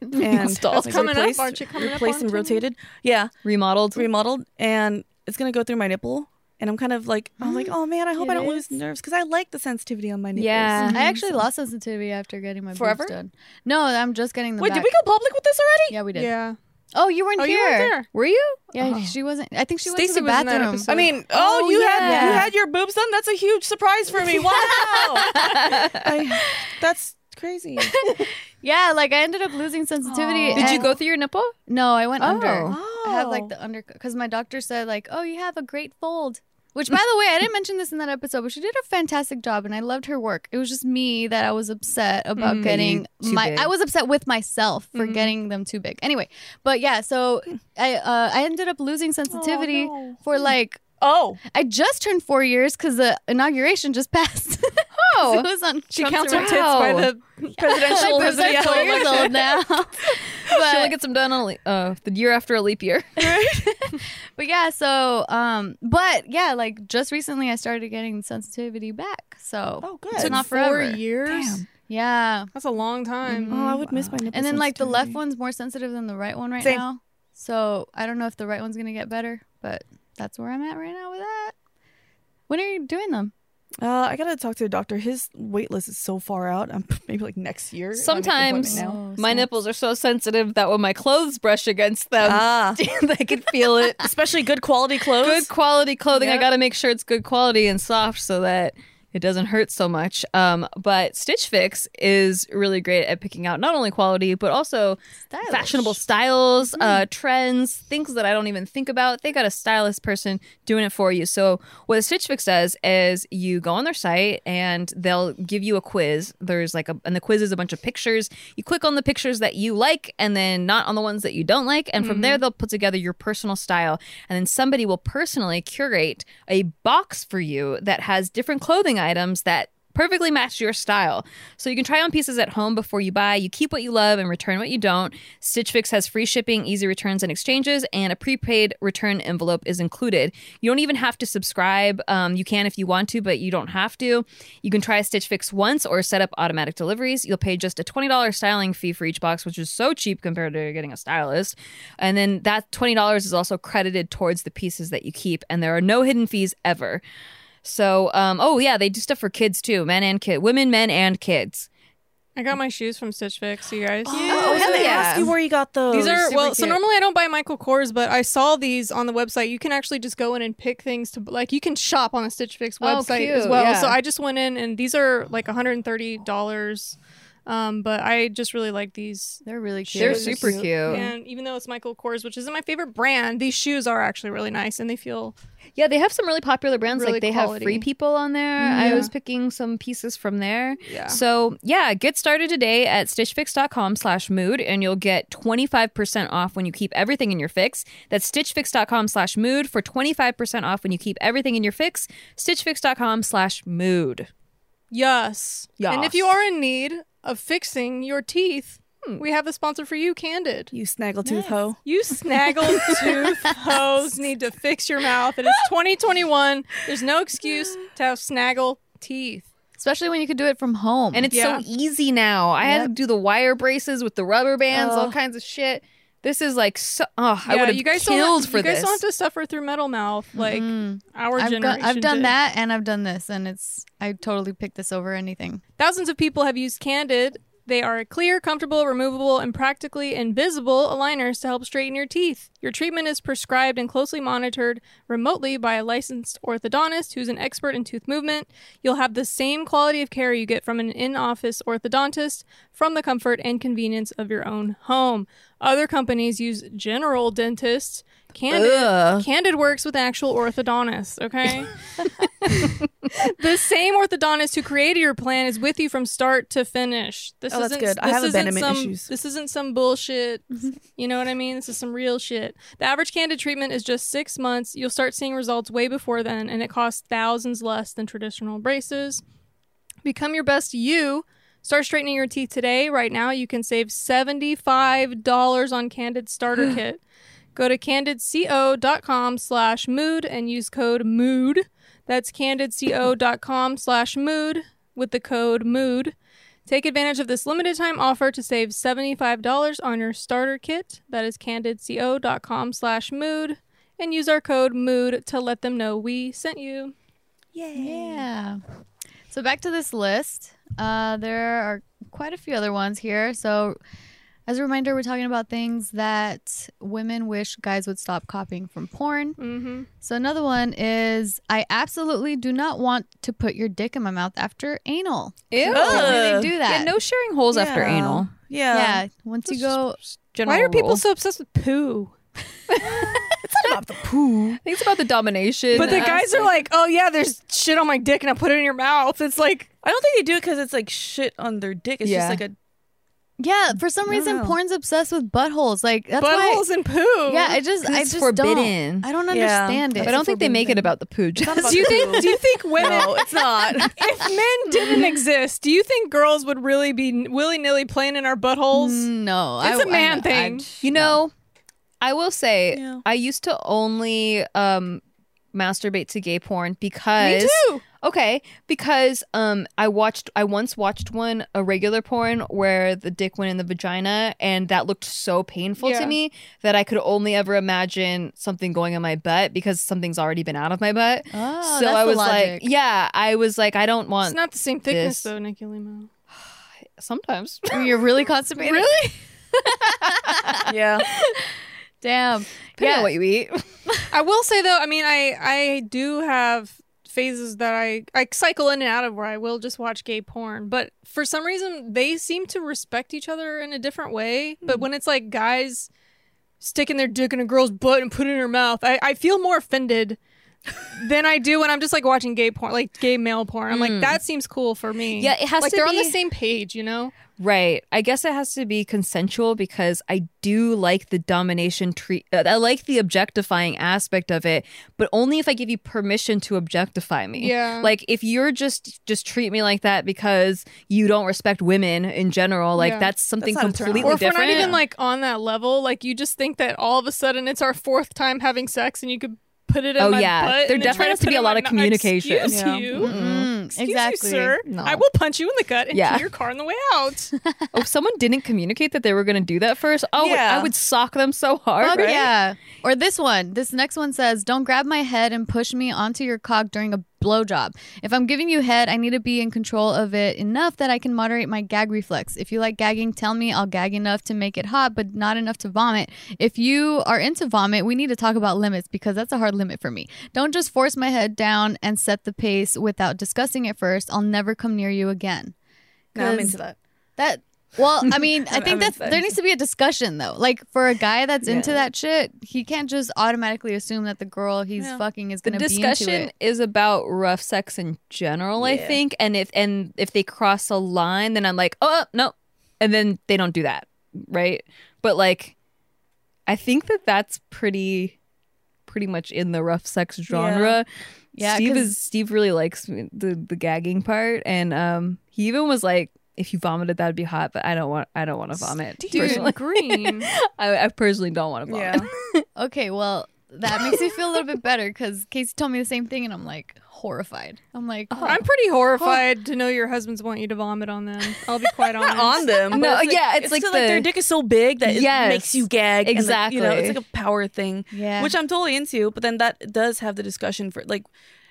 S3: and
S4: Reinstalled.
S2: It's coming up, aren't you coming up
S3: replaced
S2: on
S3: and
S2: 10?
S3: rotated. Yeah,
S4: Remodeled.
S3: remodeled, and it's gonna go through my nipple. And I'm kind of like, I'm like, oh man, I hope I
S1: It
S3: don't lose nerves because I like the sensitivity on my nipples.
S4: Yeah.
S1: I actually lost sensitivity after getting my
S3: Forever?
S1: boobs done. No, I'm just getting them
S3: Wait,
S1: back.
S3: did we go public with this already?
S1: Yeah, we did.
S2: Yeah.
S1: Oh, you weren't
S2: Oh,
S1: here.
S2: you weren't there.
S4: Were you?
S1: Yeah,
S4: Oh.
S1: she wasn't. I think she went to
S2: Stacey
S1: the
S2: was in that
S1: bathroom.
S2: episode.
S3: I mean, oh,
S4: Oh,
S3: you had you
S4: yeah.
S3: had your boobs done. That's a huge surprise for me. Wow, I, that's crazy.
S1: yeah, like I ended up losing sensitivity.
S3: Aw.
S4: Did you
S1: and-
S4: go through your nipple?
S1: No, I went under.
S3: Oh.
S1: I have like the under because my doctor said like, oh, you have a great fold. Which, by the way, I didn't mention this in that episode, but she did a fantastic job, and I loved her work. It was just me that I was upset about
S4: Mm.
S1: getting
S4: Too
S1: my.
S4: big.
S1: I was upset with myself for getting them too big. Anyway, but yeah, so I uh, I ended up losing sensitivity
S3: Oh, no.
S1: for like
S3: Oh,
S1: I just turned four years because the inauguration just passed. Oh, it was on
S2: She
S1: Trump's
S2: counts her
S1: around.
S2: tits by the presidential.
S1: I'm
S3: yeah.
S1: four years old now.
S4: She'll
S1: but,
S4: like, get some done on a le- uh, the year after a leap year.
S1: but yeah, so um, but yeah, like just recently I started getting sensitivity back. So
S3: oh, good.
S1: It's
S2: Took
S1: not
S2: four
S1: forever.
S2: years.
S3: Damn.
S1: yeah,
S2: That's a long time.
S4: Mm-hmm.
S3: Oh, I would miss my nipples.
S1: Uh, and then like the left one's more sensitive than the right one right
S3: Same.
S1: now. So I don't know if the right one's gonna get better, but that's where I'm at right now with that. When are you doing them?
S3: Uh, I gotta talk to a doctor. His wait list is so far out. I'm maybe like next year. if I make an appointment
S4: Sometimes
S3: now.
S1: Oh,
S4: my
S1: snap.
S4: nipples are so sensitive that when my clothes brush against them,
S3: Ah,
S4: I can feel it.
S3: especially good quality clothes.
S4: Good quality clothing. I
S1: Yep.
S4: got to make sure it's good quality and soft so that it doesn't hurt so much. Um, but Stitch Fix is really great at picking out not only quality but also
S1: Stylish.
S4: fashionable styles, uh, trends, things that I don't even think about. They got a stylist person doing it for you. So what Stitch Fix does is you go on their site and they'll give you a quiz. There's like a and the quiz is a bunch of pictures. You click on the pictures that you like and then not on the ones that you don't like, and from there they'll put together your personal style. And then somebody will personally curate a box for you that has different clothing items that perfectly match your style. So you can try on pieces at home before you buy. You keep what you love and return what you don't. Stitch Fix has free shipping, easy returns and exchanges, and a prepaid return envelope is included. You don't even have to subscribe. Um, you can if you want to, but you don't have to. You can try Stitch Fix once or set up automatic deliveries. You'll pay just a $20 styling fee for each box, which is so cheap compared to getting a stylist. And then that $20 is also credited towards the pieces that you keep, and there are no hidden fees ever. So, um, oh yeah, they do stuff for kids too, men and kid, women, men and kids.
S2: I got my shoes from Stitch Fix, you guys.
S3: I was
S4: Oh, hell
S3: gonna
S4: yeah.
S3: ask you where you got those.
S2: These are
S4: Oh, super
S2: well. So
S4: cute.
S2: normally I don't buy Michael Kors, but I saw these on the website. You can actually just go in and pick things to like. You can shop on the Stitch Fix website as
S4: Oh, cute,
S2: well.
S4: yeah.
S2: So I just went in, and these are like 130 dollars. Um, but I just really like these.
S1: They're really cute.
S4: They're
S2: Shoes.
S4: super cute.
S2: And even though it's Michael Kors, which isn't my favorite brand, these shoes are actually really nice, and they feel
S4: Yeah, they have some really popular brands.
S2: Really
S4: like they
S2: quality. Mm-hmm.
S4: have Free People on there. I
S2: Yeah.
S4: was picking some pieces from there.
S2: yeah.
S4: So yeah, get started today at stitchfix.com slash mood and you'll get 25% off when you keep everything in your fix. That's stitchfix.com slash mood for 25% off when you keep everything in your fix. Stitchfix.com slash mood.
S2: Yes. And if you
S4: Yes.
S2: are in need of fixing your teeth, we have a sponsor for you, Candid.
S3: you snaggletooth hoe.
S2: You snaggle tooth hoes need to fix your mouth. It is 2021. There's no excuse to have snaggle teeth.
S1: Especially when you can do it from home.
S4: And it's
S2: Yeah.
S4: so easy now. I had to do the wire braces with the rubber bands, all
S1: Ugh.
S4: kinds of shit. This is like so oh, I
S2: Yeah,
S4: would have
S2: you guys
S4: killed
S2: don't,
S4: for
S2: you guys
S4: this.
S2: don't have to suffer through metal mouth like
S1: Mm.
S2: our
S1: I've, go-
S2: generation.
S1: I've done
S2: did.
S1: that and I've done this, and it's I totally picked this over anything.
S2: Thousands of people have used Candid. They are clear, comfortable, removable, and practically invisible aligners to help straighten your teeth. Your treatment is prescribed and closely monitored remotely by a licensed orthodontist who's an expert in tooth movement. You'll have the same quality of care you get from an in office orthodontist from the comfort and convenience of your own home. Other companies use general dentists. Candid,
S4: Ugh.
S2: Candid works with actual orthodontists, okay? the same orthodontist who created your plan is with you from start to finish. This
S3: Oh, that's
S2: isn't
S3: good. I
S2: this
S3: have
S2: isn't
S3: abandonment
S2: some,
S3: issues. Mm-hmm.
S2: This isn't some bullshit. you know what I mean? This is some real shit. The average candid treatment is just six months. You'll start seeing results way before then, and it costs thousands less than traditional braces. Become your best you. Start straightening your teeth today. Right now, you can save $75 on Candid Starter Kit. Go to candidco.com slash mood and use code MOOD. That's candidco.com slash mood with the code MOOD. Take advantage of this limited time offer to save $75 on your starter kit. That is candidco.com slash mood. And use our code MOOD to let them know we sent you.
S1: Yeah. So back to this list. Uh, there are quite a few other ones here. So, as a reminder, we're talking about things that women wish guys would stop copying from porn.
S2: Mm-hmm.
S1: So, another one is I absolutely do not want to put your dick in my mouth after anal.
S4: Ew.
S1: Why
S3: Ugh.
S1: do they do
S4: Yeah,
S1: that?
S4: no sharing holes after
S3: Yeah.
S4: anal.
S3: Yeah.
S1: yeah, once you go,
S4: General
S2: Why are people
S4: rule.
S2: so obsessed with poo?
S3: It's not about the poo.
S4: I think it's about the domination.
S2: But the
S4: Uh,
S2: guys are like, oh yeah, there's shit on my dick and I put it in your mouth. It's like,
S3: I don't think they do it because it's like shit on their dick. It's
S4: Yeah.
S3: just like a
S1: yeah, for some reason,
S3: no.
S1: porn's obsessed with buttholes. Like, that's
S2: buttholes and poo.
S1: why. Yeah, I just, I
S4: it's
S1: just
S4: forbidden.
S1: Don't, I don't
S3: Yeah.
S1: understand it.
S4: I don't think they make it about the poo. Just-
S2: do you think do you think women
S3: no. It's not.
S2: if men didn't exist, do you think girls would really be willy nilly playing in our buttholes?
S4: Mm,
S1: No,
S2: It's
S1: a
S2: a man thing.
S4: you know, I will say
S3: Yeah.
S4: I used to only um masturbate to gay porn because
S2: too.
S4: Okay, because um I watched I once watched one a regular porn where the dick went in the vagina and that looked so painful
S2: Yeah.
S4: to me that I could only ever imagine something going in my butt because something's already been out of my butt.
S1: Oh,
S4: so
S1: that's
S4: I
S1: the
S4: was like,
S1: logic.
S4: yeah, I was like I don't
S2: It's
S4: want
S2: not the same thickness
S4: This-
S2: though, Nikki Limo.
S4: sometimes.
S1: When You're really constipated. Really?
S3: yeah.
S1: Damn.
S4: yeah.
S1: Yeah.
S4: what you eat.
S2: I will say though, I mean, I I do have phases that I I cycle in and out of where I will just watch gay porn, but for some reason they seem to respect each other in a different way. But
S4: Hmm.
S2: when it's like guys sticking their dick in a girl's butt and put it in her mouth, I, I feel more offended than I do when I'm just like watching gay porn, like gay male porn. I'm like that seems cool for me.
S4: Hmm. Yeah, it has
S2: like
S4: to
S2: they're on
S4: be-
S2: the same page, you know.
S4: Right. I guess it has to be consensual because I do like the domination treat. uh, I like the objectifying aspect of it, but only if I give you permission to objectify me.
S2: Yeah.
S4: Like if you're just just treat me like that because you don't respect women in general, like
S2: Yeah.
S4: that's something
S3: not a turn on.
S4: completely
S2: or if
S4: different.
S2: we're not even like on that level, like you just think that all of a sudden it's our fourth time having sex and you could put it in
S4: Oh,
S2: my
S4: yeah.
S2: butt.
S4: There
S2: and then try
S4: definitely has to
S2: put
S4: be
S2: it
S4: a
S2: in
S4: lot
S2: my
S4: of
S2: nu-
S4: communication.
S2: Excuse
S3: Yeah.
S2: you.
S1: Mm,
S2: Excuse
S1: exactly.
S2: you, sir.
S4: No.
S2: I will punch you in the gut and
S4: Yeah.
S2: pee your car on the way out.
S4: Oh, if someone didn't communicate that they were going to do that first, oh,
S3: Yeah.
S4: I would sock them so hard.
S1: Fuck
S4: right?
S1: Oh, yeah. Or this one. This next one says, "Don't grab my head and push me onto your cock during a blowjob. If I'm giving you head, I need to be in control of it enough that I can moderate my gag reflex. If you like gagging, tell me. I'll gag enough to make it hot, but not enough to vomit. If you are into vomit, we need to talk about limits because that's a hard limit for me. Don't just force my head down and set the pace without discussing it first. I'll never come near you again."
S3: No, I'm
S1: 'Cause-
S3: into that.
S1: That well, I mean, I
S3: I'm- I'm
S1: think that's
S3: excited.
S1: there needs to be a discussion though. Like for a guy that's into
S3: Yeah.
S1: that shit, he can't just automatically assume that the girl he's
S3: Yeah.
S1: fucking is
S4: the
S1: gonna be into
S4: discussion
S1: it.
S4: is about rough sex in general i
S3: Yeah.
S4: think and if and if they cross a line then i'm like oh no and then they don't do that right but like i think that that's pretty pretty much in the rough sex genre
S1: Yeah,
S4: steve
S1: 'cause-
S4: is steve really likes the the gagging part and um he even was like if you vomited that'd be hot but i don't want i don't want to vomit personally
S2: Dude, green.
S4: I, I personally don't want to vomit
S3: Yeah.
S1: Okay, well that makes me feel a little bit better because Casey told me the same thing and I'm like horrified. I'm like,
S2: Oh,
S1: oh,
S2: I'm pretty horrified to know your husbands want you to vomit on them. I'll be quite honest.
S3: on them.
S4: No,
S3: but
S4: yeah, it's
S3: it's
S4: like
S3: still like their
S4: the-
S3: dick is so big that it
S4: Yes,
S3: makes you gag. and, like, you know,
S4: exactly.
S3: it's like a power thing,
S1: yeah,
S3: which I'm totally into. But then that does have the discussion for like,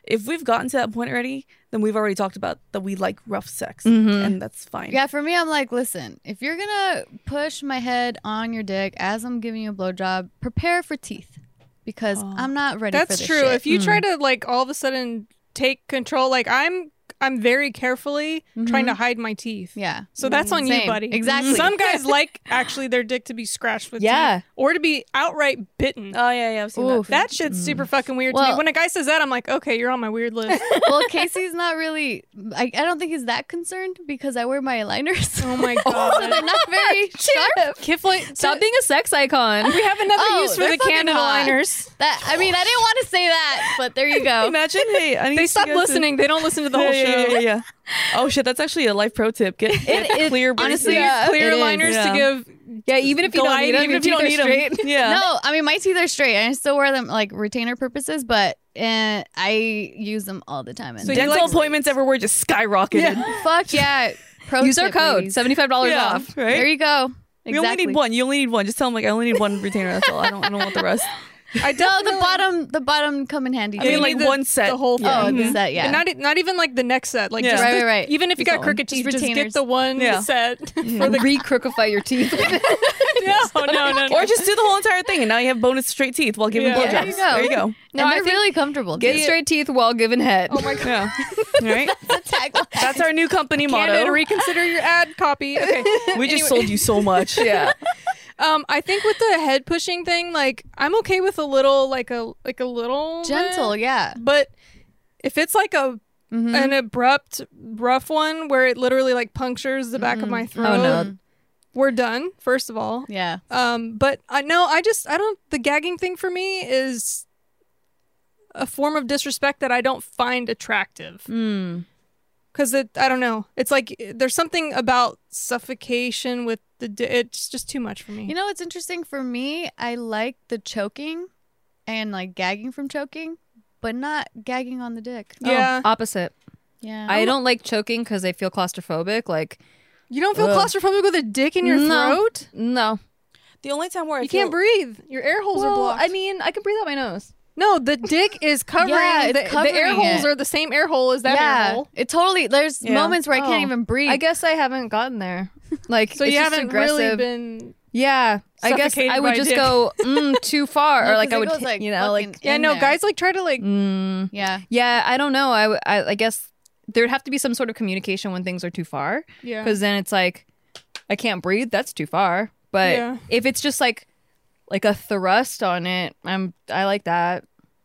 S3: if we've gotten to that point already, then we've already talked about that we like rough sex, and that's fine.
S1: yeah. For me, I'm like, listen, if you're gonna push my head on your dick as I'm giving you a blowjob, prepare for teeth because I'm not ready. for
S2: That's
S1: this
S2: true.
S1: shit.
S2: If you try to like all of a sudden take control, like I'm, I'm very carefully
S1: Mm-hmm.
S2: trying to hide my teeth.
S1: yeah,
S2: So that's on
S1: Same.
S2: you, buddy.
S1: Exactly.
S2: Some guys like actually their dick to be scratched with
S4: Yeah.
S2: teeth or to be outright bitten.
S3: Oh yeah, yeah. I've seen
S1: Oof.
S3: that.
S2: that shit's super fucking weird to
S1: Well-
S2: me. When a guy says that, I'm like, okay, you're on my weird list.
S1: well, Casey's not really. I, I don't think he's that concerned because I wear my aligners.
S2: oh my god.
S1: They're not very sharp.
S2: Kiflin,
S4: stop being a sex icon
S2: We have another
S1: Oh,
S2: use for
S1: they're
S2: the
S1: fucking
S2: candle
S1: hot.
S2: liners.
S1: That I mean, I didn't want to say that, but there you go.
S3: Imagine, hey, I need
S2: They
S3: to
S2: stop
S3: go to-
S2: listening. They don't listen to the
S3: Yeah,
S2: whole
S3: yeah,
S2: show.
S3: yeah, yeah, yeah. Oh shit, that's actually a life pro tip. Get, get
S4: it-
S3: clear,
S1: honestly,
S3: braces.
S4: Yeah,
S2: Clear
S4: it is.
S2: liners
S3: Yeah.
S2: to give.
S4: yeah even if you don't
S3: Goliath,
S4: need 'em,
S3: even
S4: your
S3: if you
S4: teeth
S3: don't
S4: are
S3: need 'em.
S4: straight.
S3: Yeah.
S1: No, I mean my teeth are straight, and I still wear them like retainer purposes, but uh, I use them all the time. And
S2: So you
S3: Dental
S2: like-
S3: appointments everywhere just skyrocketed.
S1: fuck yeah!
S2: Oh,
S1: Pro
S4: Use our
S1: tip,
S4: code,
S1: ladies.
S4: seventy five dollars
S3: Yeah,
S4: off.
S3: right?
S1: There you go.
S3: We only need one. You only need one. Just tell them like I only need one retainer. That's all. I don't. I don't want the rest.
S2: I
S1: No,
S2: don't.
S1: the bottom, the bottom come in handy.
S3: I
S1: too.
S3: mean,
S2: you
S3: like
S2: need the-
S3: one set.
S2: the whole
S1: oh,
S2: thing.
S1: the set, yeah.
S2: And not not even like the next set. Like
S3: Yeah.
S2: just
S1: Right,
S2: the-
S1: right, right.
S2: Even if you
S1: Just
S2: got
S1: that
S2: crooked
S1: one.
S2: teeth,
S1: Just
S2: just get
S1: retainers.
S2: the one
S3: Yeah.
S2: set.
S4: For the recrookify your teeth.
S2: no, no, no, no.
S3: Or just do the whole entire thing, and now you have bonus straight teeth while giving
S2: Yeah.
S3: blowjobs.
S2: There
S1: you go.
S3: There you go.
S1: and they're really comfortable.
S4: Get
S1: too.
S4: straight teeth while giving head.
S2: oh my god.
S3: Yeah. right. That's our new company
S2: Canada,
S3: motto.
S2: reconsider your ad copy. Okay.
S3: We just sold you so much.
S4: yeah.
S2: Um, I think with the head pushing thing, like I'm okay with a little, like a like a little
S1: gentle,
S2: bit,
S1: yeah.
S2: but if it's like a
S1: Mhm.
S2: an abrupt rough one where it literally like punctures the back of my throat,
S4: Oh no.
S2: we're done. First of all,
S1: Yeah.
S2: Um, but I no, I just I don't. The gagging thing for me is a form of disrespect that I don't find attractive.
S4: Mm.
S2: Cause it, I don't know. It's like eh, there's something about suffocation with the. Di- it's just too much for me.
S1: You know what's interesting for me? I like the choking and like gagging from choking, but not gagging on the dick.
S2: yeah, Oh.
S4: Oh, opposite.
S1: Yeah.
S4: I don't like choking because I feel claustrophobic. Like
S2: you don't feel
S4: Ugh.
S2: claustrophobic with a dick in your
S4: No.
S2: throat.
S4: no.
S3: The only time where I
S2: You
S3: feel
S2: can't breathe. Your air holes are
S4: Well,
S2: blocked.
S4: I mean, I can breathe out my nose.
S2: No, the dick is covering,
S1: Yeah, it's
S2: the,
S1: covering
S2: the air holes
S1: it.
S2: are the same air hole as that air hole.
S1: it totally. There's
S3: Yeah.
S1: moments where I
S4: Oh.
S1: can't even breathe.
S4: I guess I haven't gotten there. Like,
S2: So
S4: it's
S2: you
S4: just
S2: haven't
S4: aggressive.
S2: really been.
S4: Yeah, I guess
S2: Suffocated
S4: I
S2: by
S4: would just
S2: dick.
S4: go mm, too far,
S1: No,
S4: or like
S1: 'cause
S4: I
S1: it
S4: would,
S1: goes,
S4: hit,
S1: like,
S4: you know, like
S1: fucking-
S2: Yeah,
S1: in
S2: no,
S1: there.
S2: guys like try to like.
S4: mm,
S1: Yeah.
S4: yeah. I don't know. I, I I guess there'd have to be some sort of communication when things are too far,
S2: Yeah.
S4: because then it's like I can't breathe. That's too far. But
S2: Yeah.
S4: if it's just like like a thrust on it, I'm I like that.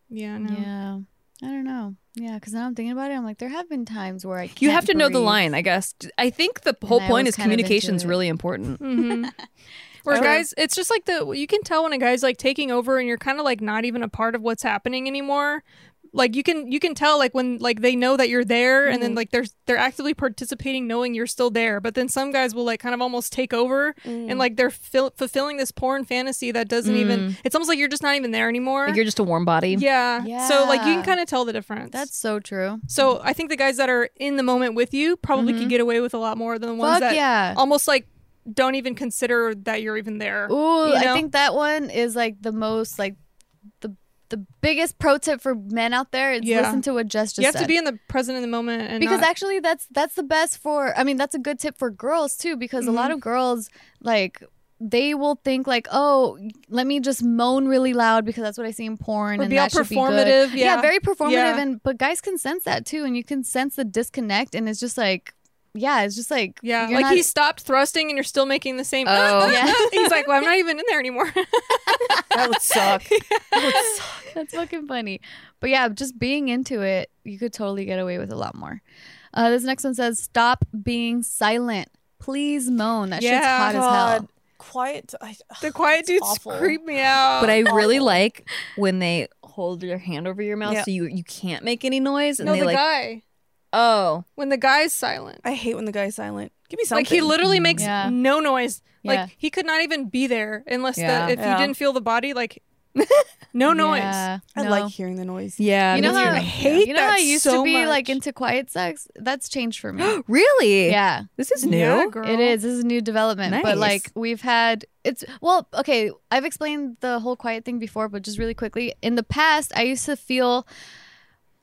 S2: Yeah. No.
S1: Yeah. I don't know. Yeah, because now I'm thinking about it. I'm like, there have been times where I can't
S4: You have to know the
S1: breathe.
S4: line, I guess. I think the whole
S1: I
S4: point
S1: was
S4: is
S1: kind of into
S4: communication's
S1: it.
S4: really important.
S2: Mhm. Or
S4: True.
S2: guys, it's just like the you can tell when a guy's like taking over and you're kind of like not even a part of what's happening anymore. Like you can you can tell like when like they know that you're there and
S1: Mm-hmm.
S2: then like they're they're actively participating knowing you're still there. But then some guys will like kind of almost take over
S1: Mm.
S2: and like they're fil- fulfilling this porn fantasy that doesn't even it's almost like you're just not even there anymore.
S4: Like you're just a warm body.
S2: yeah. So like you
S1: Yeah.
S2: can kind of tell the difference.
S1: That's so true.
S2: so I think the guys that are in the moment with you probably could get away with a lot more than the ones
S1: Mm-hmm. Fuck
S2: that
S1: yeah.
S2: almost like don't even consider that you're even there.
S1: Ooh,
S2: you
S1: I
S2: know?
S1: think that one is like the most like the the biggest pro tip for men out there is
S2: Yeah.
S1: listen to what Jess just
S2: you have
S1: said.
S2: to be in the present in the moment and
S1: because
S2: not-
S1: actually that's that's the best for I mean that's a good tip for girls too because a
S2: Mm-hmm.
S1: lot of girls like they will think like oh let me just moan really loud because that's what I see in porn
S2: Or
S1: and
S2: be all
S1: that should be good.
S2: performative, yeah.
S1: very performative
S2: Yeah.
S1: and but guys can sense that too and you can sense the disconnect and it's just like yeah it's just like
S2: yeah,
S1: you're
S2: like
S1: not-
S2: he stopped thrusting and you're still making the same.
S4: Oh.
S1: Yeah.
S2: he's like, well, I'm not even in there anymore.
S3: that would suck.
S1: That's fucking funny. But yeah, just being into it, you could totally get away with a lot more. Uh, this next one says, "Stop being silent. Please moan. That shit's
S2: Yeah.
S1: hot as hell."
S3: Quiet. I,
S2: the quiet dudes
S3: awful.
S2: creep me out.
S4: But I really like when they hold your hand over your mouth
S3: Yeah.
S4: so you you can't make any noise and
S2: no
S4: they
S2: the
S4: like
S2: guy
S4: oh
S2: when the guy's silent.
S3: I hate when the guy's silent. Give me something.
S2: Like he literally makes
S1: Mm-hmm. Yeah.
S2: no noise. Like
S1: Yeah.
S2: he could not even be there unless
S4: Yeah.
S2: the, if
S3: Yeah.
S2: you didn't feel the body. Like Oh, no noise.
S1: Yeah,
S3: I
S1: no.
S3: like hearing the noise.
S4: yeah
S1: You know
S4: me
S1: how
S4: too.
S2: I hate
S1: you know
S2: that
S1: how I used
S2: so
S1: to be
S2: much.
S1: like into quiet sex. That's changed for me.
S4: really
S1: yeah,
S4: this is new
S2: Yeah, girl.
S1: it is. This is a new development.
S4: Nice.
S1: But like we've had, it's well, okay. I've explained the whole quiet thing before, but just really quickly. In the past, I used to feel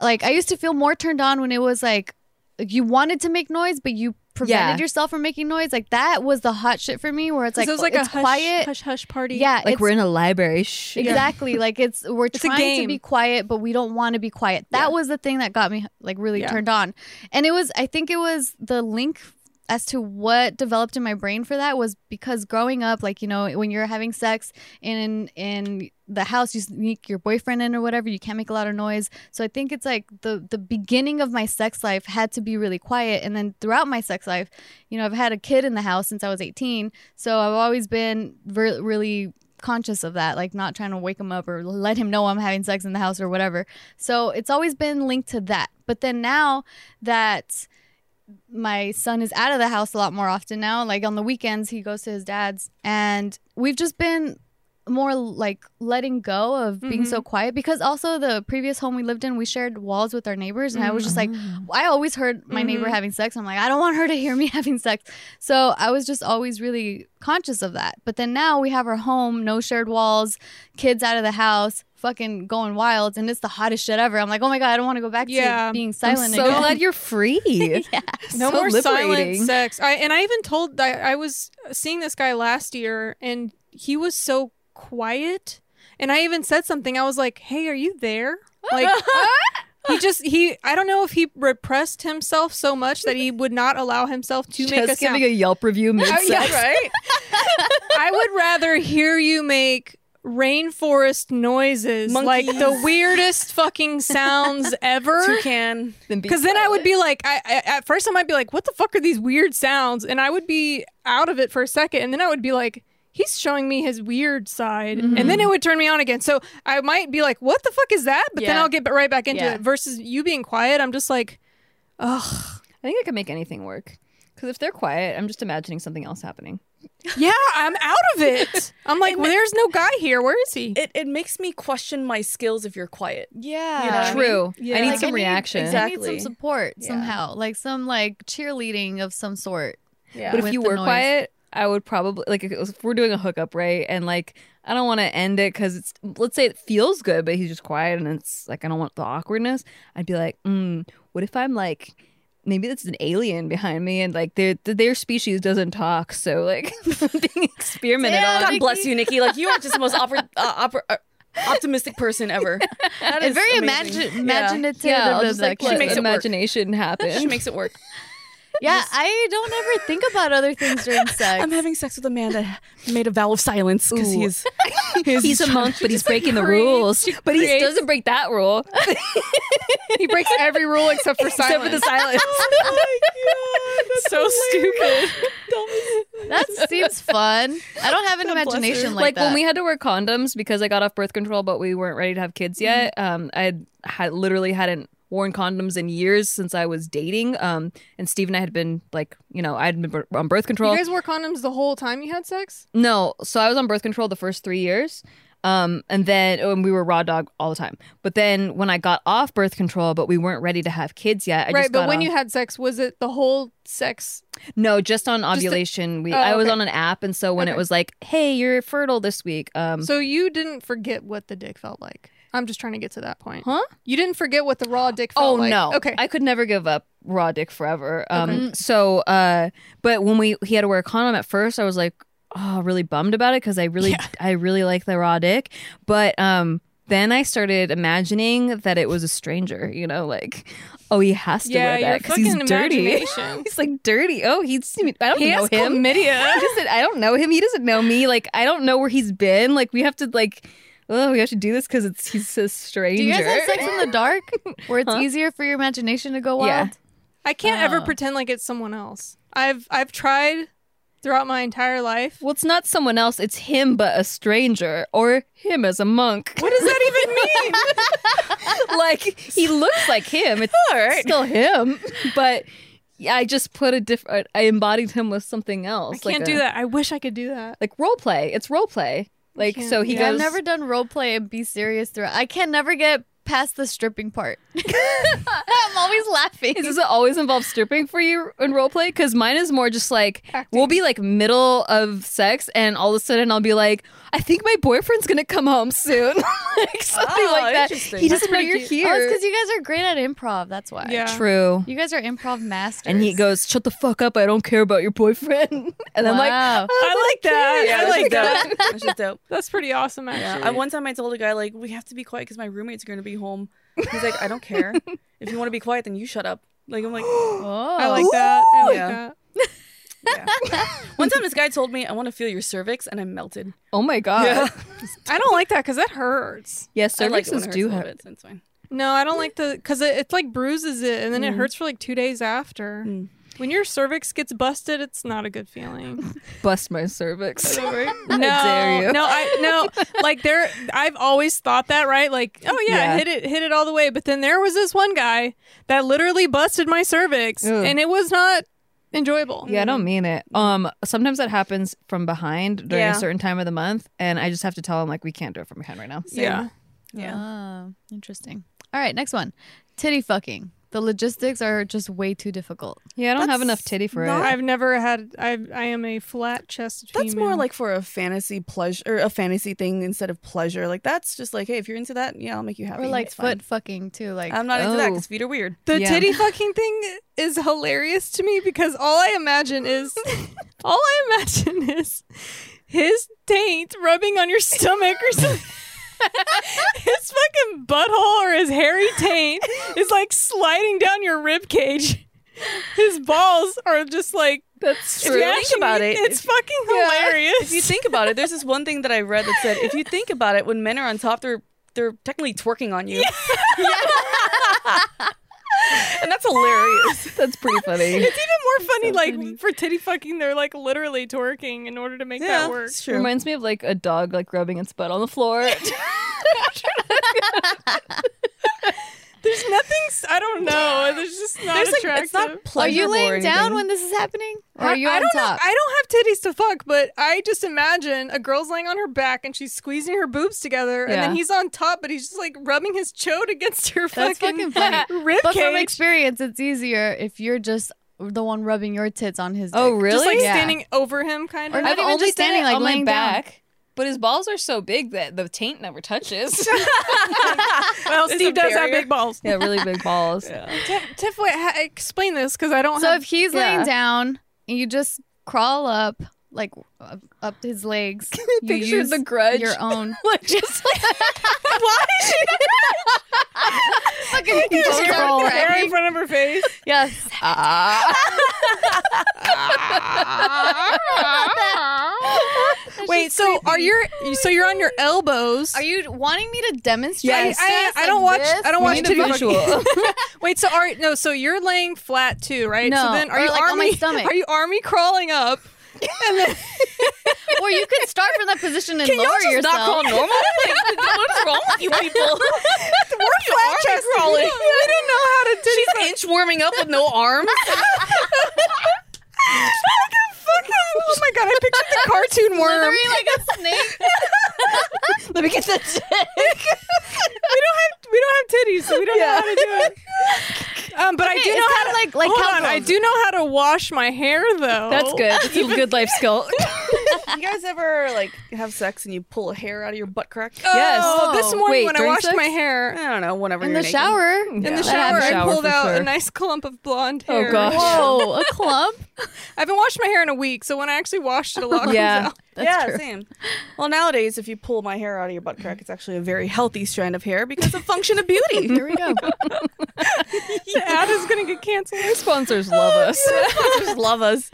S1: like I used to feel more turned on when it was like like, you wanted to make noise, but you prevented
S4: Yeah.
S1: yourself from making noise. Like that was the hot shit for me, where it's
S2: 'Cause
S1: like
S2: it was like
S1: it's
S2: a hush,
S1: quiet.
S2: hush hush party.
S1: Yeah,
S4: like
S1: it's-
S4: we're in a library Shh.
S1: exactly like it's we're
S2: a
S1: trying to
S2: game.
S1: be quiet, but we don't want to be quiet. That was the thing that got me like really
S2: Yeah.
S1: turned on, and it was I think it was the link as to what developed in my brain for that was because growing up like you know when you're having sex in in the house you sneak your boyfriend in or whatever you can't make a lot of noise so i think it's like the the beginning of my sex life had to be really quiet and then throughout my sex life you know i've had a kid in the house since i was 18 so i've always been ver- really conscious of that like not trying to wake him up or let him know i'm having sex in the house or whatever so it's always been linked to that but then now that my son is out of the house a lot more often now. Like on the weekends, he goes to his dad's, and we've just been more like letting go of being
S4: Mm-hmm.
S1: so quiet because also the previous home we lived in, we shared walls with our neighbors, and I was just like,
S4: Mm-hmm.
S1: I always heard my neighbor having sex. I'm like, I don't want her to hear me having sex. So I was just always really conscious of that. But then now we have our home, no shared walls, kids out of the house. Fucking going wild, and it's the hottest shit ever. I'm like, oh my god, I don't want to go back
S2: Yeah.
S1: to being
S4: I'm
S1: silent.
S4: so
S1: again.
S4: glad you're free
S2: no
S4: So
S2: more
S4: liberating.
S2: silent sex. I and I even told I, I was seeing this guy last year, and he was so quiet. And I even said something. I was like, "Hey, are you there?" Like he just he. I don't know if he repressed himself so much that he would not allow himself to make a
S4: just
S2: sound. Oh,
S4: giving a Yelp review mid sex
S2: right. I would rather hear you make rainforest noises, like the
S3: Monkeys.
S2: weirdest fucking sounds ever.
S3: Toucan.
S2: Because then I would be like, I, I at first I might be like, what the fuck are these weird sounds? And I would be out of it for a second, and then I would be like, he's showing me his weird side, and then it would turn me on again. So I might be like, what the fuck is that? But then
S1: Yeah.
S2: I'll get right back into
S1: Yeah.
S2: it. Versus you being quiet, I'm just like,
S4: I think I could make anything work because if they're quiet I'm just imagining something else happening
S2: yeah, I'm out of it. I'm like, well, there's no guy here. Where is he?
S3: It, it makes me question my skills if you're quiet.
S1: yeah,
S4: true
S2: Yeah.
S4: I need
S2: Like,
S4: some
S1: I need-
S4: reaction
S1: I need some
S3: Exactly.
S1: support somehow, like some like cheerleading of some sort.
S3: Yeah.
S4: but
S1: with
S4: if you
S1: the
S4: were
S1: noise.
S4: quiet I would probably like if we're doing a hookup, right? And like I don't want to end it because it's let's say it feels good, but he's just quiet and it's like I don't want the awkwardness. I'd be like, mm, what if I'm like maybe that's an alien behind me and like their their species doesn't talk, so like being experimented
S1: Damn,
S4: on.
S1: Nikki.
S3: God bless you, Nikki. Like you are just the most oper- uh, oper- uh, optimistic person ever. That
S1: It's
S3: is
S1: very
S3: amazing.
S1: imagin- imaginative.
S4: Yeah, I'll
S1: of
S4: just
S1: the
S4: like
S1: kid.
S4: let
S3: makes it work.
S4: imagination happen.
S3: She makes it work.
S1: yeah, I don't ever think about other things during sex.
S3: I'm having sex with a man that made a vow of silence because
S4: Ooh.
S3: he's
S4: he's a monk, but he's breaking the
S2: creates-
S4: rules. But he
S2: creates-
S4: doesn't break that rule.
S2: He breaks every rule except for silence.
S4: Except for the silence.
S3: so stupid.
S1: that seems fun. I don't have an
S3: God bless her.
S1: imagination
S4: like
S1: like, that.
S4: when we had to wear condoms because I got off birth control, but we weren't ready to have
S2: Mm-hmm.
S4: kids yet. Um, I had, had literally hadn't worn condoms in years since I was dating. Um, and Steve and I had been like, you know, I'd been bir- on birth control.
S2: You guys wore condoms the whole time you had sex?
S4: No, so I was on birth control the first three years. Um, and then oh, and we were raw dog all the time. But then when I got off birth control, but we weren't ready to have kids yet. I
S2: right,
S4: just
S2: but
S4: got
S2: when
S4: off-
S2: you had sex, was it the whole sex?
S4: no, just on ovulation. we
S2: Oh,
S4: I was
S2: okay.
S4: on an app, and so when
S2: Okay.
S4: it was like, hey, you're fertile this week. Um,
S2: So you didn't forget what the dick felt like. I'm just trying to get to that point.
S4: Huh?
S2: You didn't forget what the raw dick
S4: Oh
S2: felt like.
S4: no!
S2: Okay.
S4: I could never give up raw dick forever. Um,
S1: Okay. Mm.
S4: so, uh, but when we he had to wear a condom at first, I was like, oh, really bummed about it because I really, I really like the raw dick. But um, then I started imagining that it was a stranger. You know, like, oh, he has to
S2: yeah,
S4: wear
S2: your
S4: that because he's
S2: fucking
S4: dirty.
S2: imagination.
S4: he's like dirty. Oh, he's. I don't
S2: He
S4: know
S2: has
S4: him.
S2: chlamydia.
S4: He doesn't- I don't know him. He doesn't know me. Like, I don't know where he's been. Like, we have to like. Oh, we have to do this because it's he's a stranger.
S1: Do you guys have sex in the dark, where it's easier for your imagination to go wild?
S4: Yeah.
S2: I can't ever
S1: Oh.
S2: pretend like it's someone else. I've I've tried throughout my entire life.
S4: Well, it's not someone else. It's him, but a stranger, or him as a monk.
S3: What does that even mean?
S4: like he looks like him. It's still him, but I just put a different. I embodied him with something
S2: I
S4: else.
S2: can't
S4: like
S2: do
S4: a-
S2: that. I wish I could do that.
S4: Like role play. It's role play. Like
S2: can't.
S4: so he
S2: Yeah,
S1: I've
S4: goes.
S1: never done role play and be serious throughout. I can never get past the stripping part. I'm always laughing.
S4: Is- Does it always involve stripping for you in role play? Because mine is more just like we'll be like middle of sex, and all of a sudden I'll be like, I think my boyfriend's gonna come home soon, like something
S3: Oh,
S4: like that.
S3: interesting.
S4: He doesn't know
S3: That's
S4: you're
S3: pretty
S4: here.
S1: Oh, it's because you guys are great at improv. That's why.
S2: Yeah.
S4: True.
S1: You guys are improv masters.
S4: And he goes, "Shut the fuck up! I don't care about your boyfriend." And I'm like,
S1: Wow.
S3: I like that.
S4: Yeah,
S3: I
S4: that's just
S3: like that. That's just dope.
S2: That's pretty awesome
S3: Yeah.
S2: actually.
S3: I, one time I told a guy like we have to be quiet because my roommate's going to be home. He's like, I don't care. If you want to be quiet, then you shut up. Like I'm like.
S1: Oh.
S2: I like that. I like
S3: Yeah.
S2: that.
S3: yeah. One time this guy told me, I want to feel your cervix, and I melted.
S4: "Oh my god,
S3: Yeah.
S2: I don't like that because that hurts.
S4: yeah,
S3: I like it when
S4: cervixes
S3: it hurts a
S4: do
S3: little
S4: hurt."
S3: bit, so it's fine.
S2: No, I don't like the because it, it's like bruises it and then
S4: Mm.
S2: it hurts for like two days after.
S3: Mm.
S2: When your cervix gets busted, it's not a good feeling.
S4: Bust my cervix.
S2: No,
S4: dare you.
S2: no, I no. Like there, I've always thought that right. Like, oh yeah,
S4: Yeah.
S2: hit it, hit it all the way. But then there was this one guy that literally busted my cervix,
S4: Ugh.
S2: and it was not enjoyable. Mm.
S4: Yeah, I don't mean it. Um, sometimes that happens from behind during
S3: Yeah.
S4: a certain time of the month, and I just have to tell him like, "We can't do it from behind right now."
S2: yeah.
S3: Yeah.
S1: Oh, interesting. All right, next one. Titty fucking. The logistics are just way too difficult.
S4: Yeah, I don't have
S3: That's
S4: enough titty for
S3: not-
S4: it.
S2: I've never had. I I am a flat chested.
S3: That's more like for a fantasy pleasure, or a fantasy thing instead of pleasure. Like that's just like, hey, if you're into that, yeah, I'll make you happy.
S1: Or like
S3: It's fine.
S1: foot fucking too. Like
S3: I'm not into that
S4: Oh.
S3: because feet are weird.
S2: The
S4: Yeah.
S2: titty fucking thing is hilarious to me because all I imagine is all I imagine is his taint rubbing on your stomach or something. his fucking butthole or his hairy taint is like sliding down your rib cage. His balls are just like
S4: That's
S3: If you think
S2: smashing
S3: about
S2: you.
S3: it-
S2: It's fucking hilarious.
S3: If you think about it, there's this one thing that I read that said, if you think about it, when men are on top, they're they're technically twerking on you. and that's hilarious.
S4: That's pretty funny.
S2: it's even more funny,
S1: so
S2: like
S1: funny.
S2: for titty fucking, they're like literally twerking in order to make that work.
S3: it's true.
S4: Reminds me of like a dog like rubbing its butt on the floor.
S2: There's nothing. s- I don't know. There's just not
S3: There's like,
S2: attractive.
S3: it's not
S1: are
S3: pleasurable.
S1: you
S3: or
S1: laying down
S3: anything.
S1: when this is happening? Or are you
S2: I
S1: on
S2: don't
S1: top?
S2: Know, I don't have titties to fuck, but I just imagine a girl's laying on her back and she's squeezing her boobs together, and then
S4: Yeah.
S2: he's on top, but he's just like rubbing his chode against her
S1: That's fucking
S2: fucking,
S1: funny.
S2: rib
S1: But from
S2: cage.
S1: experience, it's easier if you're just the one rubbing your tits on his.
S4: Oh,
S1: dick.
S4: really?
S2: Just like
S1: Yeah.
S2: standing over him, kind
S1: Or
S2: of.
S1: not
S4: I've
S1: even
S4: only
S1: just
S4: done
S1: standing,
S4: it
S1: like,
S4: on my
S1: laying down.
S4: back. But his balls are so big that the taint never touches.
S3: well,
S2: Steve does have big balls.
S4: yeah, really big balls.
S2: Tiff, Tiff wait, ha- explain this because I don't.
S1: So
S2: have,
S1: if he's
S4: Yeah.
S1: laying down and you just crawl up, like up, up his legs, you
S4: Picture
S1: use
S4: the grudge.
S1: your own.
S4: just like
S3: Why is she
S1: Fucking
S2: Just
S1: bones are
S2: roll
S1: cracking.
S2: hair in front of her face,
S1: Yes.
S2: wait. So are your so you're on your elbows?
S1: Are you wanting me to demonstrate?
S2: I,
S4: Yes.
S2: I,
S1: this
S2: I don't
S1: like
S2: watch. I don't
S4: We
S2: watch
S4: need a
S2: TV.
S4: visual.
S2: Wait, so are no? So you're laying flat too, right? so
S1: No,
S2: then are
S1: or
S2: you
S1: like
S2: army?
S1: on my stomach.
S2: Are you army crawling up?
S1: this? Or you could start from that position and
S4: Can y'all
S1: lower
S4: just
S1: yourself.
S4: not call normal? Like, what is wrong with you people?
S3: We're flat chest crawling.
S2: I don't know how to do.
S3: She's inch warming up with no arms.
S2: Fucking, oh my god! I pictured the cartoon worm.
S1: Slithering like a snake.
S4: Let me get the
S2: We don't have we don't have titties, so we don't know how to do it. Um, but I do
S1: it's
S2: know how
S1: kinda
S2: to
S1: like- like
S2: hold
S1: cow
S2: on. I
S1: pose.
S2: do know how to wash my hair though.
S4: That's good. That's a good life skill.
S3: you guys ever like have sex and you pull a hair out of your butt crack?
S4: Yes.
S2: Oh, this morning
S4: Wait,
S2: when I
S4: during
S2: washed
S4: sex?
S2: my hair
S3: I don't know. Whenever
S1: In
S3: you're
S1: the
S3: naked.
S1: shower.
S2: in
S4: Yeah,
S2: the
S4: that happened
S2: shower,
S4: in the
S2: I
S4: shower
S2: pulled
S4: for
S2: out a
S4: sure.
S2: nice clump of blonde
S4: Oh,
S2: hair.
S4: gosh.
S1: Whoa, a clump.
S2: I haven't washed my hair in a week, so when I actually washed it, a lot
S4: Yeah.
S2: comes out.
S3: yeah, same. Well, nowadays, if you pull my hair out of your butt crack, it's actually a very healthy strand of hair because of function of beauty.
S1: Here we go.
S2: The ad is gonna get canceled.
S4: Our sponsors love us.
S3: Just love us.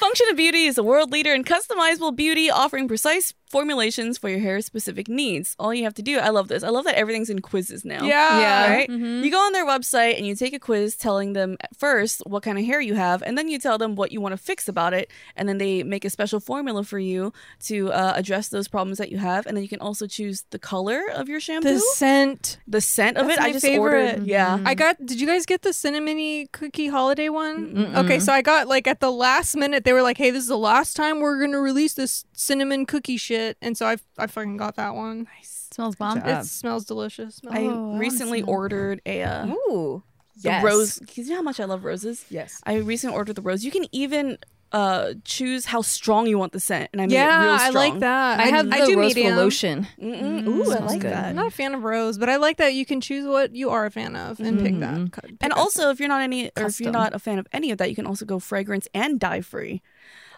S3: Function of Beauty is a world leader in customizable beauty, offering precise formulations for your hair's specific needs. All you have to do, I love this. I love that everything's in quizzes now.
S2: Yeah.
S4: Yeah.
S3: Right?
S2: Mm-hmm.
S3: You go on their website and you take a quiz telling them at first what kind of hair you have, and then you tell them what you want to fix about it, and then they make a special formula for you to uh, address those problems that you have, and then you can also choose the color of your shampoo,
S2: The
S3: the,
S2: scent.
S3: scent of
S2: That's
S3: it. I
S2: my
S3: just
S2: favorite.
S3: ordered, yeah.
S2: I got. Did you guys get the cinnamony cookie holiday one? Okay, so I got like at the last minute they were like, "Hey, this is the last time we're gonna release this cinnamon cookie shit," and so I I fucking got that one.
S1: smells bomb.
S2: It smells delicious. Smells-
S3: I
S1: Oh, I wanna
S3: recently
S1: smell.
S3: ordered a uh,
S4: Ooh.
S3: the
S4: Yes.
S3: rose. 'cause You know how much I love roses.
S4: Yes.
S3: I recently ordered the rose. You can even uh, choose how strong you want the scent, and I made it real
S2: yeah, I
S3: strong.
S2: like that.
S4: I have
S2: I
S4: the
S2: do
S4: rose for
S2: medium.
S4: lotion.
S3: Mm-mm. Ooh, I
S4: smells
S3: like
S4: good.
S3: that.
S2: I'm not a fan of rose, but I like that you can choose what you are a fan of and pick that. cut- pick
S3: And
S2: that.
S3: also, if you're not any, or if you're
S4: Custom.
S3: not a fan of any of that, you can also go fragrance and dye free.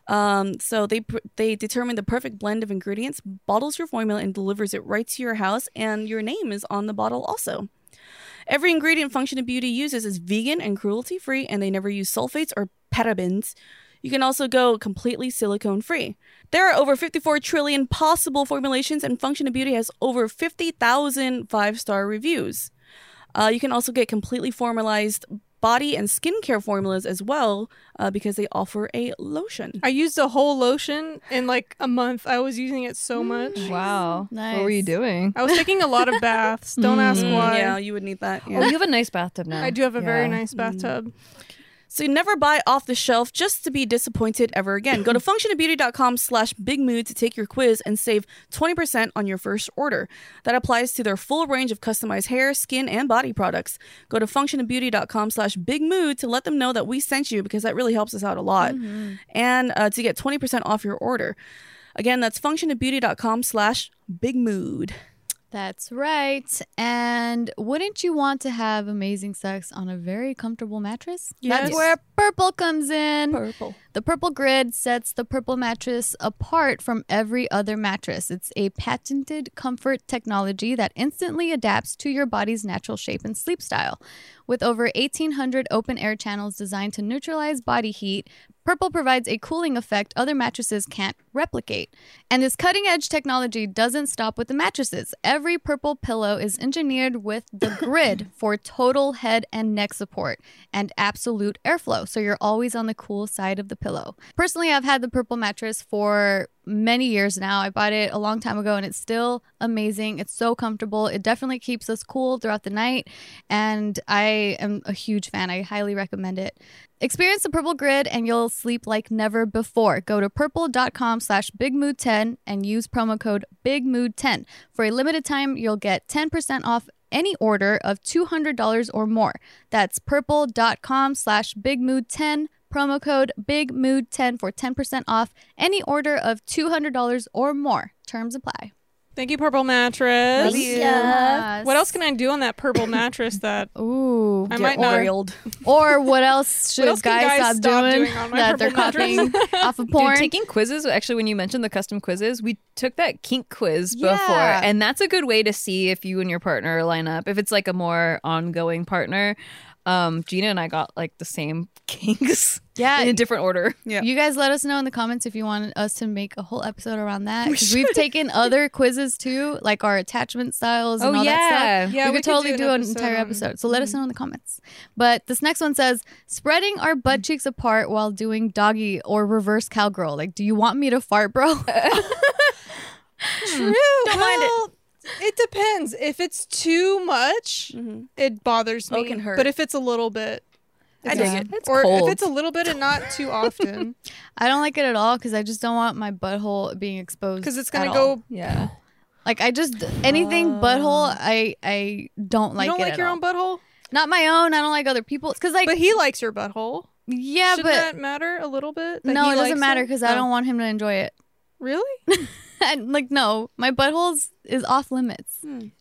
S3: Um, so they pr- they determine the perfect blend of ingredients, bottles your formula, and delivers it right to your house. And your name is on the bottle also. Every ingredient Function of Beauty uses is vegan and cruelty free, and they never use sulfates or parabens. You can also go completely silicone free. There are over 54 trillion possible formulations, and Function of Beauty has over 50,000 five star reviews. Uh, you can also get completely formalized body and skincare formulas as well uh, because they offer a lotion.
S2: I used a whole lotion in like a month. I was using it so much.
S4: Wow.
S1: Nice.
S4: What were you doing?
S2: I was taking a lot of baths. Don't ask
S4: Mm,
S2: why.
S3: Yeah, you would need that.
S4: Oh,
S3: Yeah.
S4: you have a nice bathtub now.
S2: I do have a very
S4: Yeah.
S2: nice bathtub.
S3: So you never buy off the shelf just to be disappointed ever again. Go to functionofbeauty.com slash big mood to take your quiz and save 20% on your first order. That applies to their full range of customized hair, skin, and body products. Go to functionofbeauty.com slash big mood to let them know that we sent you because that really helps us out a lot. And uh, to get 20% off your order. Again, that's functionofbeauty.com slash big mood.
S1: That's right. And wouldn't you want to have amazing sex on a very comfortable mattress?
S2: Yes.
S1: That's where purple comes in.
S3: Purple.
S1: The purple grid sets the purple mattress apart from every other mattress. It's a patented comfort technology that instantly adapts to your body's natural shape and sleep style. With over 1,800 open air channels designed to neutralize body heat, Purple provides a cooling effect other mattresses can't replicate. And this cutting edge technology doesn't stop with the mattresses. Every Purple pillow is engineered with the grid for total head and neck support and absolute airflow. So you're always on the cool side of the pillow. Personally, I've had the Purple mattress for many years now. I bought it a long time ago and it's still amazing. It's so comfortable. It definitely keeps us cool throughout the night. And I am a huge fan. I highly recommend it. Experience the purple grid and you'll sleep like never before. Go to purple.com slash bigmood10 and use promo code bigmood10. For a limited time, you'll get 10% off any order of $200 or more. That's purple.com slash bigmood10, promo code BIGMOOD10 for 10% off any order of $200 or more. Terms apply.
S2: Thank you, Purple Mattress.
S4: Love you.
S1: Yes.
S2: What else can I do on that purple mattress that
S1: Ooh.
S2: I
S3: Get
S2: might not
S3: Orio'd.
S1: Or what else should
S2: else can
S1: guys,
S2: guys
S1: stop,
S2: stop
S1: doing,
S2: doing on my
S1: that they're
S2: purple
S1: copying off of
S4: Dude,
S1: porn?
S4: taking quizzes. Actually, when you mentioned the custom quizzes, we took that kink quiz before,
S1: Yeah.
S4: and that's a good way to see if you and your partner line up. If it's like a more ongoing partner, um, Gina and I got like the same kinks
S1: yeah.
S4: in a different order.
S3: Yeah.
S1: You guys let us know in the comments if you want us to make a whole episode around that. 'cause We've taken other quizzes too, like our attachment styles and all that stuff.
S2: Oh, Yeah,
S1: we,
S2: we
S1: could
S2: could
S1: totally
S2: do
S1: do
S2: an
S1: an,
S2: episode
S1: entire
S2: on- Mhm.
S1: episode. So let us know in the comments. But this next one says spreading our
S2: Mm.
S1: butt cheeks apart while doing doggy or reverse cowgirl. Like, do you want me to fart, bro?
S2: True. well, it. depends. If it's too much,
S3: Mhm.
S2: it bothers me.
S3: Oh, it can hurt.
S2: But if it's a little bit,
S3: I
S2: it's
S3: dig
S2: okay.
S3: it.
S4: It's
S2: or
S4: cold.
S2: if it's a little bit and not too often,
S1: I don't like it at all because I just don't want my butthole being exposed.
S2: because it's gonna
S1: at all.
S2: go. Oh.
S4: yeah.
S1: like I just anything butthole. I I don't like.
S2: you
S1: it
S2: don't like
S1: at
S2: your
S1: all.
S2: own butthole,
S1: Not my own. I don't like other people's. Cause like
S2: but he likes your butthole.
S1: yeah,
S2: Shouldn't
S1: but
S2: that matter a little bit? that
S1: no,
S2: he
S1: it
S2: likes
S1: doesn't matter because I
S2: No.
S1: don't want him to enjoy it.
S2: Really?
S1: and like no, my butthole's is off limits.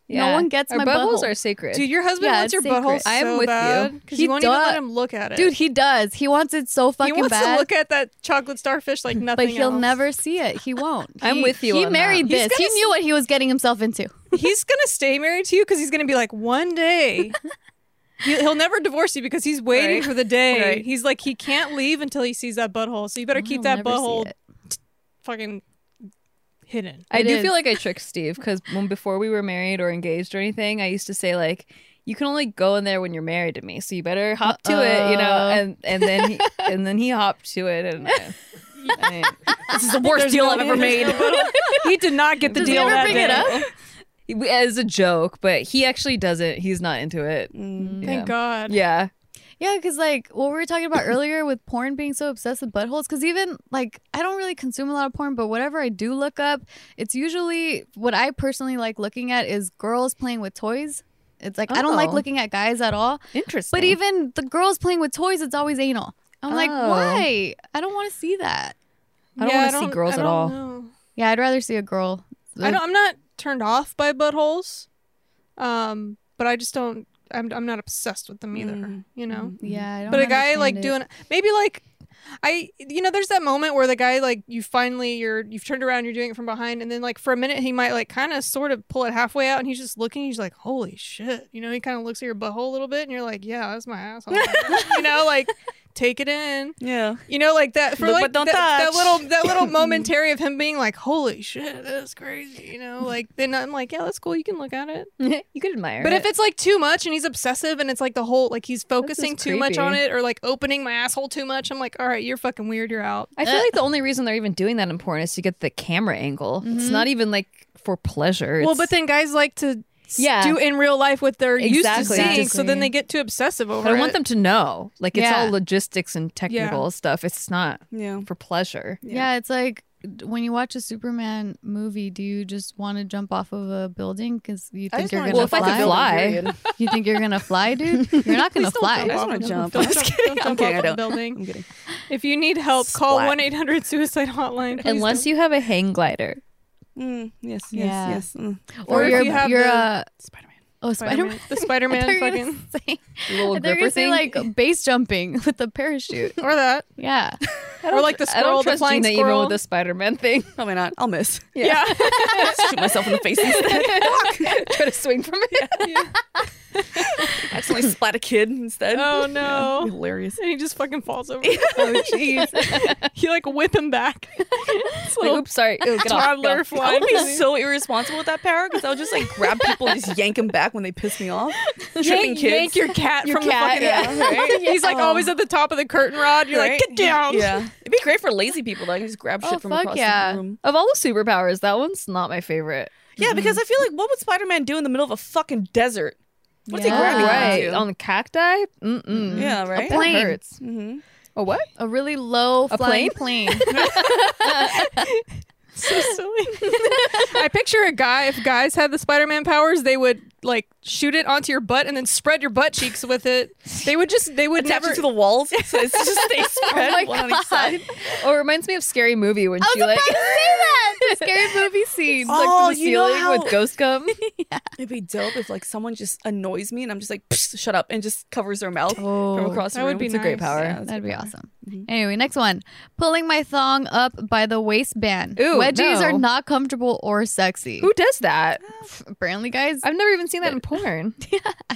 S4: yeah.
S1: No one gets
S4: Our
S1: my
S4: buttholes
S1: butthole.
S4: are sacred.
S2: Dude, your husband
S1: Yeah,
S2: wants your
S1: it's sacred.
S2: butthole so
S4: I am with you.
S2: bad because
S1: He
S2: you won't even
S1: does.
S2: let him look at it.
S1: Dude, he does. He wants it so
S2: he
S1: fucking
S2: wants
S1: bad.
S2: to look at that chocolate starfish like nothing.
S1: but he'll
S2: else.
S1: never see it. He won't.
S4: I'm
S1: He-
S4: with you
S1: He
S4: on
S1: married
S4: that.
S2: He's
S1: this. He
S2: gonna
S1: knew what he was getting himself into.
S2: he's gonna stay married to you because he's gonna be like one day he- he'll never divorce you because he's waiting
S4: Right.
S2: for the day
S4: Right.
S2: he's like he can't leave until he sees that butthole so you better keep
S1: He'll
S2: that
S1: never see
S2: butthole
S1: it.
S2: fucking hidden
S4: I
S1: It
S4: do
S1: is.
S4: feel like I tricked Steve because when before we were married or engaged or anything, I used to say like, "You can only go in there when you're married to me, so you better hop to it," you know.
S1: Uh-oh.
S4: And and then he, and then he hopped to it, and I, I-
S3: This is the worst deal I've ever made.
S2: he did not get the
S1: Does he
S2: deal
S1: ever
S2: that
S1: bring
S2: day.
S1: it up?
S4: we- as a joke, but he actually doesn't. He's not into it.
S3: Mm.
S4: Yeah.
S2: thank god
S4: Yeah,
S1: Yeah, because like what we were talking about earlier with porn being so obsessed with buttholes, because even like I don't really consume a lot of porn, but whatever I do look up, it's usually what I personally like looking at is girls playing with toys. It's like I don't like
S4: Oh.
S1: looking at guys at all.
S4: interesting.
S1: But even the girls playing with toys, it's always anal. I'm like,
S4: Oh.
S1: why? I don't want to see that.
S4: I don't
S2: Yeah,
S4: want to see girls
S2: I
S4: at
S2: don't
S4: all.
S2: know.
S1: Yeah, I'd rather see a girl.
S2: i don't i'm not turned off by buttholes um but i just don't i'm, I'm not obsessed with them either
S3: Mm.
S2: you know
S1: Yeah, I don't
S2: but a guy like
S1: understand it.
S2: doing maybe like I you know there's that moment where the guy like you finally you're you've turned around you're doing it from behind and then like for a minute he might like kind of sort of pull it halfway out and he's just looking he's like holy shit you know he kind of looks at your butthole a little bit and you're like yeah that's my asshole you know like take it in
S3: Yeah.
S2: you know like that for
S3: Look,
S2: like
S3: but don't
S2: that, that
S3: touch.
S2: little that little momentary of him being like holy shit that's crazy you know like then I'm like yeah that's cool you can look at it
S4: you could admire.
S2: but
S4: it.
S2: if it's like too much and he's obsessive and it's like the whole like he's focusing too much on
S4: creepy.
S2: it or like opening my asshole too much, I'm like, all right, you're fucking weird. You're out.
S4: I feel like the only reason they're even doing that in porn is to get the camera angle. It's not even like for pleasure.
S2: well,
S4: It's-
S2: but then guys like to s-
S4: Yeah.
S2: do in real life what they're used to
S4: Exactly.
S2: seeing, so
S1: Exactly.
S2: then they get too obsessive over
S4: But I
S2: it.
S4: want them to know. Like it's
S1: Yeah.
S4: all logistics and technical stuff. It's not
S3: Yeah.
S4: for pleasure.
S1: Yeah. it's like d- when you watch a Superman movie, do you just want to jump off of a building because you think you're
S3: wanna
S1: gonna
S4: Well, if I
S1: fly?
S4: could fly.
S1: You think you're gonna fly, dude? You're not gonna
S3: I
S1: fly.
S3: just want to jump.
S2: Don't
S3: I'm
S2: jump,
S3: kidding.
S2: don't
S3: I'm
S2: jump
S3: kidding.
S2: off
S3: I
S2: of a
S3: don't.
S2: building.
S3: I'm kidding.
S2: If you need help, call
S3: Splat.
S2: one eight hundred suicide hotline. Please
S4: Unless you have a hang glider.
S3: Mm, yes. Yes.
S1: Yeah.
S3: Yes. Mm.
S2: Or
S1: Or
S2: if
S1: you're
S2: you have
S1: you're
S2: the
S1: a
S3: Spider Man.
S1: oh
S2: Spider
S1: Spider-Man.
S2: Man, the
S1: I thought
S2: Spider Man
S1: you were gonna
S2: fucking
S1: say-
S4: Little
S1: I thought you were
S4: gripper
S1: gonna
S4: thing.
S1: say like base jumping with a parachute.
S2: or that
S1: Yeah,
S2: or like the
S4: I
S2: squirrel,
S4: don't
S2: the
S4: trust
S2: flying
S4: Gina even
S2: squirrel.
S4: with the Spider Man thing.
S3: Probably not. I'll miss.
S2: yeah.
S3: Shoot myself in the face. instead.
S4: Try to swing from it.
S3: Accidentally splat a kid instead.
S2: oh
S3: That'd be
S2: no.
S3: Hilarious.
S2: And he just fucking falls over. oh jeez. you like whip him back. This
S4: Like,
S2: little
S4: oops, sorry. Ew, get off,
S2: toddler
S4: get off.
S3: I
S2: flying.
S3: would be so irresponsible with that power because I would just like grab people and just yank them back when they piss me off. Tripping
S2: yank,
S3: kids.
S2: yank your cat from
S3: cat,
S2: the fucking
S3: yeah, right?
S2: He's like always at the top of the curtain rod. You're
S3: Right?
S2: like, get down.
S3: Yeah. It'd be great for lazy people that I can just grab shit
S1: Oh,
S3: from
S1: fuck
S3: across
S1: yeah.
S3: the room. Mm-hmm.
S4: Of all the superpowers, that one's not my favorite.
S3: Yeah, because I feel like what would Spider Man do in the middle of a fucking desert? What's
S1: Yeah.
S3: he grabbing
S4: right.
S3: onto?
S4: On the cacti? Mm mm.
S3: Oh, Yeah, right?
S1: A plane.
S4: That hurts.
S3: Mm-hmm.
S4: A what?
S1: a really low
S4: A
S1: flying plane.
S2: So silly. I picture a guy. If guys had the Spider-Man powers, they would like shoot it onto your butt and then spread your butt cheeks with it. They would just they would
S3: Attach
S2: never
S3: it to the walls, so it's just they spread
S1: my
S3: one on each side.
S4: Oh, it reminds me of Scary Movie when she like
S1: The scary movie scene.
S4: stuck
S3: Oh,
S4: to the
S3: you know
S4: ceiling
S3: how-
S4: with ghost gum.
S3: It'd be dope if like someone just annoys me and I'm just like, "Psh, shut up, and just covers their mouth from
S1: Oh,
S3: across the
S2: that would
S3: room.
S2: be
S3: It's a
S2: great
S4: power.
S3: Yeah, that's
S1: that'd
S3: a
S1: be
S3: good power.
S1: awesome.
S4: Mm-hmm.
S1: Anyway, next one. Pulling my thong up by the waistband.
S4: Ooh,
S1: Wedgies
S4: no.
S1: are not comfortable or sexy.
S4: Who does that?
S1: Apparently, guys.
S4: I've never even seen that in porn.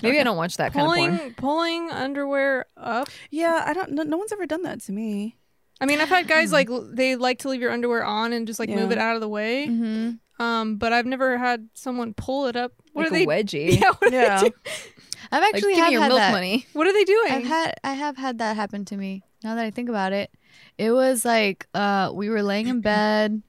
S4: Maybe I don't watch that kind of porn.
S2: pulling pulling underwear up.
S3: Yeah, I don't. No, no one's ever done that to me.
S2: I mean, I've had guys like l- they like to leave your underwear on and just like move
S3: Yeah.
S2: it out of the way.
S1: Mhm.
S2: Um, but I've never had someone pull it up. What
S4: like
S2: are they?
S4: a wedgie.
S2: Yeah, what,
S3: Yeah,
S2: Are they do-
S1: I've
S4: Like,
S1: actually
S4: give
S1: have
S4: me your
S1: had
S4: milk
S1: that.
S4: money.
S2: what are they doing?
S1: I've had I have had that happen to me. Now that I think about it, it was like uh, we were laying in bed,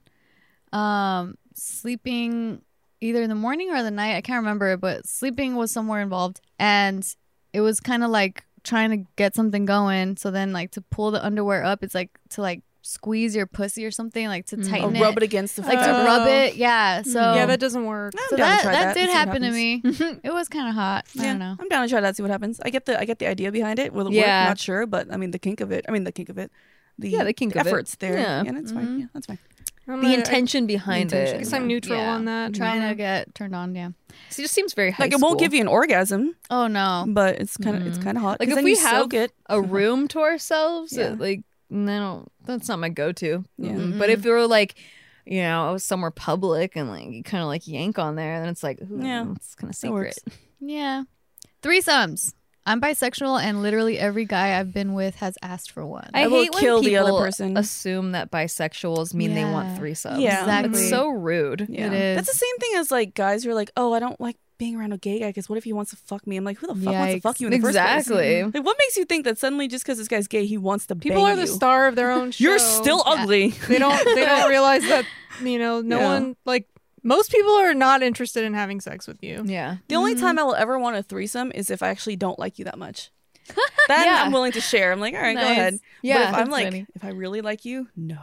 S1: um, sleeping either in the morning or the night. I can't remember, but sleeping was somewhere involved, and it was kind of like trying to get something going. So then, like to pull the underwear up, it's like to like squeeze your pussy or something, like to
S4: Mm. Or
S3: or
S1: tighten
S3: Oh, rub
S1: it,
S3: it against the
S1: like to
S2: Oh.
S1: rub it. Yeah. So
S2: yeah, that doesn't work.
S3: I'm
S1: so
S3: down Uh, to
S1: that,
S3: try
S1: that
S3: and
S1: did
S3: see what
S1: happen to
S3: happens.
S1: me. It was kind of hot. I
S3: Yeah,
S1: don't know.
S3: I'm down to try that. See what happens. I get the I get the idea behind it. Will it
S4: Yeah.
S3: work? Not sure, but I mean the kink of it. I mean the kink of it. The
S4: Yeah, the kink of it.
S3: efforts there.
S4: Yeah.
S3: Yeah, that's fine. Yeah, that's fine.
S2: I'm
S4: The
S2: a-
S4: intention behind
S3: intention.
S2: I guess
S4: it.
S2: I'm neutral
S1: Yeah.
S2: on that.
S1: I'm trying to get turned on. Yeah.
S4: So it just seems very high
S3: Like it won't
S4: school.
S3: give you an orgasm,
S1: Oh no.
S3: but it's kind of it's kind of hot.
S4: Like,
S3: 'Cause
S4: if
S3: then
S4: we
S3: you soak
S4: have-
S3: it.
S4: a room to ourselves.
S3: Yeah.
S4: it, like no, that's not my go-to.
S3: Yeah.
S4: Mm, But if we were like, you know, I was somewhere public and like you kind of like yank on there, then it's like, ooh,
S3: Yeah.
S4: it's kind of
S3: That works.
S4: secret.
S1: Yeah. Threesomes. I'm bisexual, and literally every guy I've been with has asked for one.
S4: I,
S3: I will
S4: hate when
S3: kill the other
S4: people
S3: person.
S4: Assume that bisexuals mean they want
S1: Yeah.
S4: threesomes.
S3: Yeah.
S1: Exactly.
S4: It's so rude.
S3: Yeah.
S1: It
S3: That's the same thing as like guys who are like, oh, I don't like being around a gay guy because what if he wants to fuck me? I'm like, who the fuck wants to
S1: Yikes.
S3: fuck you in the first place?
S4: Exactly.
S3: Like, what makes you think that suddenly just because this guy's gay, he wants to
S2: People
S3: bang
S2: are the
S3: you?
S2: star of their own show.
S3: You're still ugly.
S2: They don't. They don't realize that you know. No
S3: Yeah.
S2: one like most people are not interested in having sex with you.
S4: Yeah.
S3: The only time I will ever want a threesome is if I actually don't like you that much. Then
S4: Yeah.
S3: I'm willing to share. I'm like, all right, go
S1: Nice.
S3: ahead.
S4: Yeah.
S3: but if I'm
S1: That's
S3: like,
S1: funny.
S3: if I really like you, no.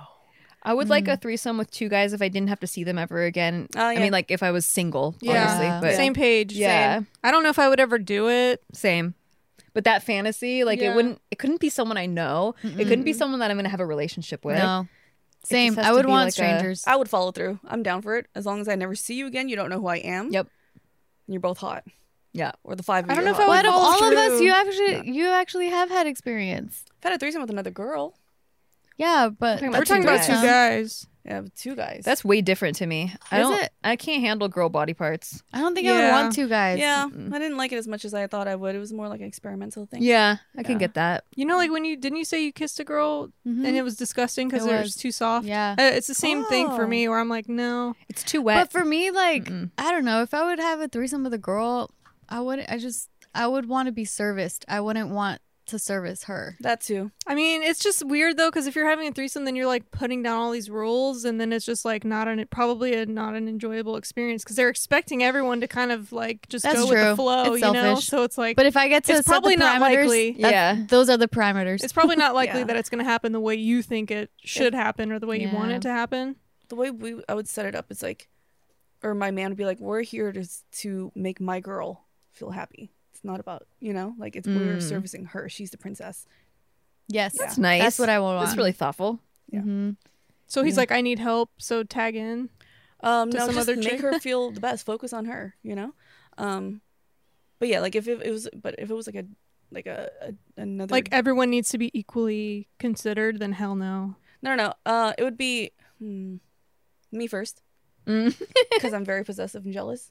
S4: I would like a threesome with two guys if I didn't have to see them ever again.
S3: Oh,
S4: I
S3: yeah.
S4: mean, like if I was single,
S2: Yeah.
S4: obviously. But
S2: Same page.
S4: Yeah.
S2: Same. I don't know if I would ever do it.
S4: Same. But that fantasy, like
S2: Yeah.
S4: it wouldn't, it couldn't be someone I know. It couldn't be someone that I'm gonna have a relationship with.
S1: no.
S4: just
S1: Same.
S4: has
S1: I
S4: to
S1: would
S4: be
S1: want
S4: like a-
S1: strangers.
S3: I would follow through. I'm down for it. As long as I never see you again, you don't know who I am.
S4: Yep.
S3: And you're both hot.
S4: Yeah.
S3: Or the five of
S2: I
S3: you.
S2: don't know
S3: are
S2: if
S3: hot.
S2: I would
S1: But of
S2: follow
S1: all of us,
S2: through.
S1: you actually you actually have had experience.
S3: I've had a threesome with another girl.
S1: Yeah, but
S4: Talking
S2: We're
S4: That's
S2: talking about two
S4: interesting.
S2: guys.
S3: Yeah, with two guys.
S4: That's way different to me. I
S1: Is
S4: don't.
S1: it?
S4: I can't handle girl body parts.
S1: I don't think I would
S2: Yeah.
S1: want two guys.
S3: yeah. I didn't like it as much as I thought I would. It was more like an experimental thing.
S4: Yeah, I can
S3: Yeah.
S4: get that.
S2: You know, like when you didn't you say you kissed a girl
S1: Mhm.
S2: and it was disgusting because
S1: It
S2: it
S1: was.
S2: was too soft.
S1: Yeah.
S2: Uh, it's the same thing for
S3: Oh.
S2: me where I'm like, no.
S4: It's too
S1: But
S4: wet.
S1: for me, like
S4: Mm-mm.
S1: I don't know, if I would have a threesome with a girl, I would I just I would want to be serviced. I wouldn't want to service her.
S3: That too.
S2: I mean, it's just weird though because if you're having a threesome, then you're like putting down all these rules, and then it's just like not an probably a, not an enjoyable experience because they're expecting everyone to kind of like just
S1: That's
S2: go with
S1: true.
S2: the flow,
S1: It's
S2: you know.
S1: selfish.
S2: So it's like,
S1: But if I get to
S2: It's
S1: set the
S2: probably not
S1: parameters,
S2: likely.
S1: that's-
S4: Yeah.
S1: those are the parameters.
S2: it's probably not likely
S3: Yeah.
S2: that it's going to happen the way you think it should happen or the way you want
S1: Yeah.
S2: it to happen.
S3: The way we I would set it up is like, or my man would be like, we're here to to make my girl feel happy. It's not about you know, like it's we're
S4: Mm.
S3: servicing her. She's the princess.
S1: Yes,
S3: That's
S4: It's nice.
S1: That's what I would want.
S4: That's really thoughtful.
S3: yeah.
S1: Mhm.
S2: So he's
S3: Yeah.
S2: like, I need help, so tag in.
S3: Um,
S2: To
S3: no,
S2: some
S3: just
S2: other
S3: make
S2: chick.
S3: her feel the best. Focus on her. You know. Um, but yeah, like if it, it was, but if it was like a like a, a another
S2: Like everyone needs to be equally considered. Then hell no.
S3: no no no uh it would be hmm, me first
S4: Mm.
S3: because I'm very possessive and jealous.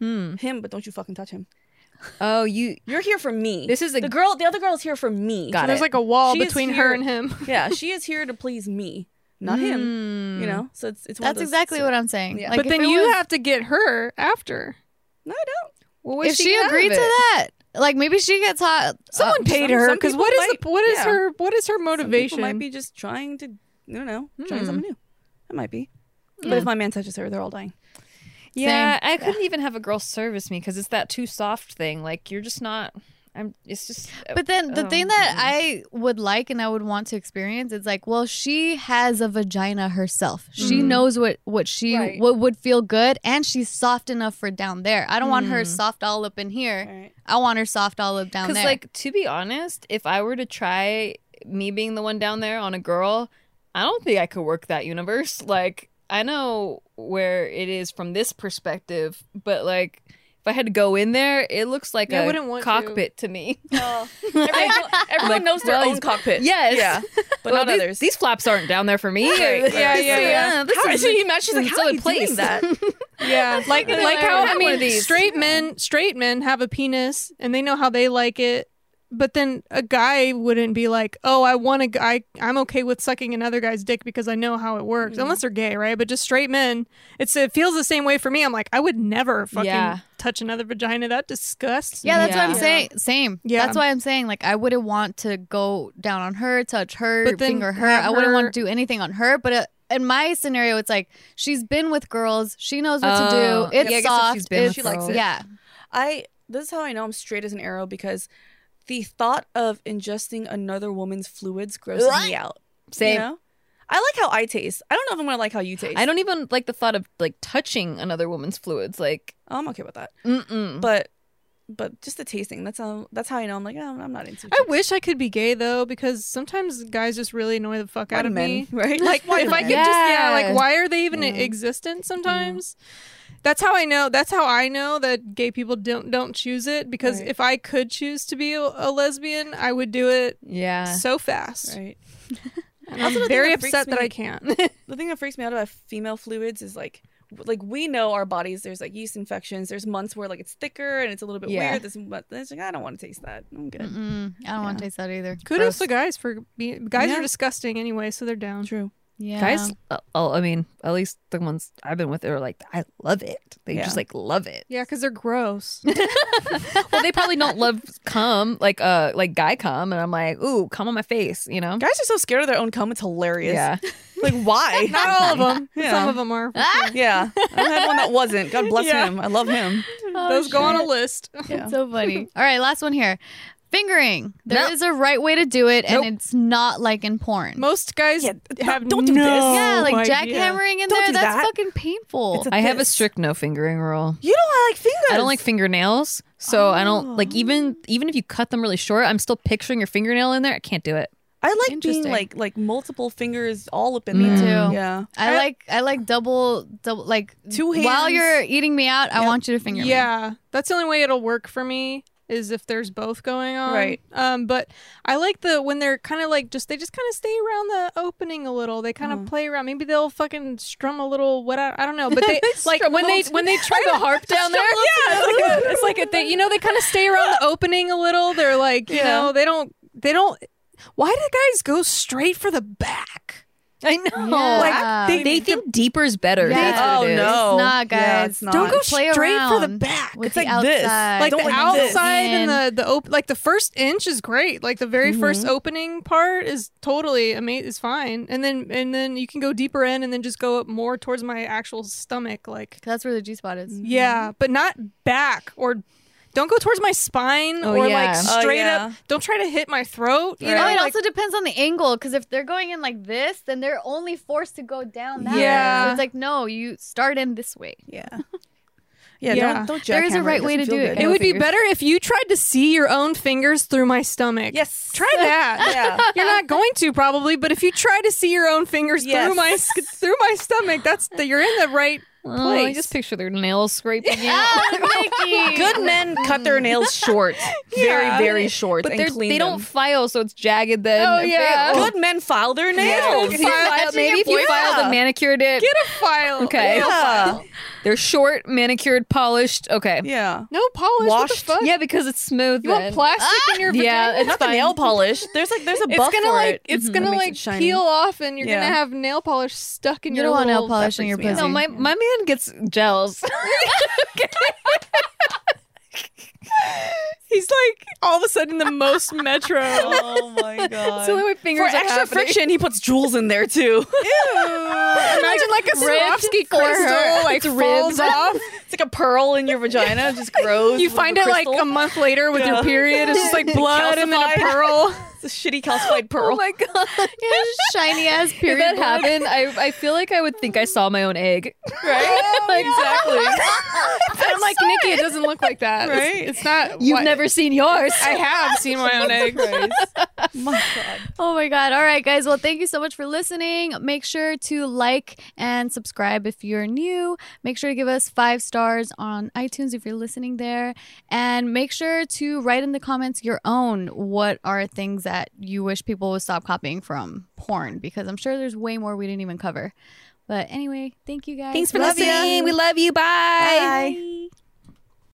S4: Hmm.
S3: Him, but don't you fucking touch him.
S4: Oh, you.
S3: You're here for me.
S4: This is a.
S3: the girl. The other girl is here for me.
S4: Got
S2: There's
S4: it.
S2: like a wall
S3: She is
S2: between her
S3: here.
S2: and him.
S3: yeah, she is here to please me, not him. You know, so it's it's one of
S1: That's
S3: those
S1: exactly
S3: two.
S1: what I'm saying.
S3: Yeah.
S1: Like,
S2: but
S1: if
S2: then
S1: it
S2: you
S1: was-
S2: have to get her after.
S3: No, I don't.
S4: Well,
S1: if she, agreed to that, like maybe she gets hot. uh,
S2: Someone
S1: up.
S2: paid
S3: Uh, some-
S2: her
S3: some
S2: because
S3: people
S2: what is
S3: might-
S2: the, what is
S3: yeah.
S2: her what is her
S3: Some people
S2: motivation?
S3: might be just trying to, I don't know, trying
S4: Hmm.
S3: something new. It might be. But if my man touches her, they're all dying.
S4: Yeah, I couldn't even have a girl service me because it's that too soft thing. Like you're just not. I'm. It's just.
S1: But then the
S4: Oh,
S1: thing that
S4: mm.
S1: I would like and I would want to experience is like, well, she has a vagina herself. She
S4: Mhm.
S1: knows what what she
S4: Right.
S1: what would feel good, and she's soft enough for down there. I don't want her
S4: Mm.
S1: soft all up in here.
S3: right.
S1: I want her soft all up down
S4: Because
S1: there.
S4: like to be honest, if I were to try me being the one down there on a girl, I don't think I could work that universe. Like I know where it is from this perspective, but like if I had to go in there, it looks like
S2: Yeah, I
S4: a
S2: wouldn't want to.
S4: cockpit to, me.
S3: everyone everyone
S4: Like,
S3: knows their
S4: well,
S3: own cockpit.
S4: Yes.
S3: Yeah. But
S4: Well,
S3: not
S4: these,
S3: others.
S4: These flaps aren't down there for me.
S3: Right.
S2: Yeah,
S4: This
S2: yeah,
S4: is-
S2: yeah.
S4: this
S3: How,
S4: is
S3: so you imagine she's like,
S4: it's
S3: how
S4: a
S3: are you
S4: place.
S3: doing that?
S2: Yeah, like
S4: Yeah,
S2: like how
S4: I
S2: I
S4: want one
S2: mean,
S4: of these.
S2: straight men straight men have a penis and they know how they like it, but then a guy wouldn't be like, oh, I want to, I I'm okay with sucking another guy's dick because I know how it works,
S3: Mm-hmm.
S2: unless they're gay, right? But just straight men, it's it feels the same way for me. I'm like, I would never fucking
S4: Yeah.
S2: touch another vagina. That disgusts.
S1: yeah, that's what
S4: Yeah.
S1: I'm saying. Same.
S2: Yeah.
S1: That's why I'm saying like I wouldn't want to go down on her, touch her,
S2: But then
S1: finger her.
S2: have
S1: I wouldn't
S2: her-
S1: want to do anything on her. But uh in my scenario, it's like she's been with girls. She knows what
S4: Oh,
S1: to do. It's
S4: yeah, I guess if
S1: soft.
S4: she's been
S1: it's-
S4: with She likes
S3: it.
S1: Yeah.
S3: I this is how I know I'm straight as an arrow because the thought of ingesting another woman's fluids grosses me out.
S4: Same.
S3: You know? I like how I taste. I don't know if I'm gonna like how you taste.
S4: I don't even like the thought of like touching another woman's fluids. Like,
S3: Oh, I'm okay with that.
S4: mm-mm.
S3: But but just the tasting. That's how that's how I know I'm like, oh, I'm not into
S2: I
S3: chicks."
S2: wish I could be gay though, because sometimes guys just really annoy the fuck
S3: Why
S2: out
S3: do
S2: of
S3: men,
S2: me.
S3: right?
S2: Like if I could
S4: men?
S2: just yeah,
S4: Yeah.
S2: like why are they even
S3: Yeah.
S2: existent sometimes? That's how I know. That's how I know that gay people don't don't choose it because
S3: Right.
S2: if I could choose to be a, a lesbian, I would do it
S4: yeah.
S2: so fast.
S3: right.
S2: And
S3: Also, the
S2: I'm
S3: thing
S2: very
S3: that freaks
S2: upset that
S3: me-
S2: I can't.
S3: the thing that freaks me out about female fluids is like w- like we know our bodies there's like yeast infections there's months where like it's thicker and it's a little bit
S4: Yeah.
S3: weird this but it's like i don't want to taste that i'm good
S1: Mm-mm. Mm, I don't want to taste that either. Gross.
S2: Kudos to guys for being guys
S3: Yeah.
S2: are disgusting anyway, so they're down.
S3: true
S1: Yeah.
S4: Guys, uh, oh, I mean, at least the ones I've been with are like, I love it. They
S3: Yeah.
S4: just like love it.
S2: Yeah, because they're gross.
S4: well, they probably don't love cum, like uh, like guy cum, and I'm like, ooh, cum on my face, you know?
S3: guys are so scared of their own cum it's hilarious
S4: Yeah,
S3: like why
S2: Not all of them.
S3: Yeah.
S2: Some of them are.
S1: Ah,
S3: yeah i had one that wasn't god bless
S2: Yeah.
S3: him i love him
S2: Those go on a list.
S3: yeah
S1: oh, It's so funny. All right, last one here. Fingering. There is
S4: Nope.
S1: a right way to do it, and
S4: Nope.
S1: it's not like in porn.
S2: Most guys
S3: Yeah, don't-
S2: have
S3: don't do
S2: no
S3: this.
S1: yeah, like
S2: idea.
S1: jackhammering in
S3: Don't
S1: there.
S3: do
S1: That's
S3: that.
S1: fucking painful.
S3: It's a-
S4: I have a
S3: this.
S4: strict no fingering rule.
S3: you don't like fingers
S4: I don't like fingernails, so I don't like
S3: Oh.
S4: even even if you cut them really short, I'm still picturing your fingernail in there. I can't do it.
S3: i like being
S1: Interesting.
S3: like like multiple fingers all up in
S4: Me
S3: there
S1: too.
S3: yeah
S1: I like I like double double like
S3: Two
S1: while
S3: hands.
S1: you're eating me out. I
S3: Yep.
S1: want you to finger me.
S2: Yeah, that's the only way it'll work for me is if there's both going on.
S3: Right.
S2: Um, but I like the when they're kind of like just they just kind of stay around the opening a little. They kind of play around. Maybe they'll fucking strum a little. What I, I don't know. But they like
S4: Strum a
S2: when they
S4: little-
S2: when they try the harp down there. Yeah, it's like, a- it's like a, they you know they kind of stay around the opening a little. They're like you
S3: Yeah.
S2: know they don't they don't. Why do guys go straight for the back?
S4: I know.
S1: Yeah.
S4: Like they, they think deeper is better.
S1: Yeah.
S4: That's
S3: oh
S4: what it is.
S3: no
S1: It's not,
S3: Yeah,
S1: guys.
S3: it's not.
S2: Don't go
S1: Play
S2: straight for the
S1: around
S2: back.
S1: with
S3: It's
S1: the
S3: like this.
S1: outside.
S2: like
S3: Don't
S2: the
S3: like this.
S2: outside
S1: And-
S2: and the the op- like the first inch is great. Like the very
S4: Mm-hmm.
S2: first opening part is totally amazing. Is fine, and then and then you can go deeper in, and then just go up more towards my actual stomach. Like
S1: 'Cause that's where the G spot is.
S3: Mm.
S4: Mm-hmm.
S2: yeah, but not back or don't go towards my spine
S4: Oh,
S2: or
S4: yeah.
S2: like
S3: Oh,
S2: straight
S3: yeah.
S2: up. Don't try to hit my throat. You
S3: Right.
S2: know,
S1: Oh, it
S2: like-
S1: also depends on the angle because if they're going in like this, then they're only forced to go down that. way.
S2: Yeah.
S1: it's like no, you start in this way.
S3: yeah yeah,
S2: Yeah.
S3: Don't, don't
S1: There is a
S3: jackhammer.
S1: right way to
S3: doesn't
S1: do
S3: feel
S1: it,
S3: good.
S2: it
S1: no
S2: would be
S4: fingers.
S2: better if you tried to see your own fingers through my stomach.
S3: yes
S2: Try that.
S3: yeah
S2: You're not going to probably, but if you try to see your own fingers
S3: Yes.
S2: through my through my stomach, that's the, you're in the right.
S4: Oh, I
S2: Place.
S4: just picture their nails scraping out.
S1: Oh, Nikki.
S3: Good men cut their nails short, very very short,
S4: But
S3: and
S4: they're-
S3: clean
S4: they don't
S3: them.
S4: file, so it's jagged. Then
S2: Oh, yeah.
S4: They-
S3: Good men file their nails.
S4: If you filed, maybe if you filed and manicured it,
S2: Get a file.
S4: Okay.
S3: Yeah.
S4: they're short, manicured, polished. Okay.
S3: yeah.
S2: No polish. What
S3: Washed.
S2: the fuck?
S4: Yeah, because it's smooth.
S2: You want
S4: then.
S2: plastic in your vagina?
S4: Yeah, it's
S3: Not the
S4: fine.
S3: nail polish. There's like there's a
S2: It's
S3: buff
S2: gonna
S3: for
S2: like
S3: it.
S2: it's
S3: Mhm.
S2: gonna
S3: That makes
S2: like
S3: it shiny.
S2: peel off, and you're
S3: Yeah.
S2: gonna have nail polish stuck in
S1: You
S2: your.
S1: don't want nail
S2: little-
S1: polish in
S3: freaks
S1: your
S3: me out.
S1: pussy.
S4: No, my my man gets gels.
S2: He's like all of a sudden the most metro.
S3: Oh my god.
S4: so my
S3: for
S4: fingers are
S3: extra
S4: happening.
S3: friction, he puts jewels in there too.
S2: Imagine like a
S1: Ribbed
S2: Swarovski
S1: for her.
S2: crystal like
S1: It's ribbed.
S2: falls off.
S3: it's like a pearl in your vagina. It just grows.
S2: You
S3: with
S2: find
S3: the
S2: it like
S3: crystal.
S2: a month later with
S3: Yeah.
S2: your period. It's just like blood and then a
S3: Calcified.
S2: pearl.
S3: It's a shitty calcified pearl.
S4: Oh my god!
S1: shiny ass
S4: Did
S1: period.
S4: that
S1: blood.
S4: happen? I I feel like I would think I saw my own egg.
S3: right? exactly.
S2: I'm like Nikki. It doesn't look like that. It's-
S3: Right?
S2: It's, not.
S4: You've
S2: what-
S4: never seen yours.
S2: I have seen my own egg.
S3: my god.
S1: Oh my God. All right, guys. Well, thank you so much for listening. Make sure to like and subscribe if you're new. Make sure to give us five stars on iTunes if you're listening there. And make sure to write in the comments your own what are things that you wish people would stop copying from porn because I'm sure there's way more we didn't even cover. But anyway, thank you guys.
S4: Thanks for
S1: Love ya.
S4: listening. We love you. Bye.
S3: Bye.
S1: Bye.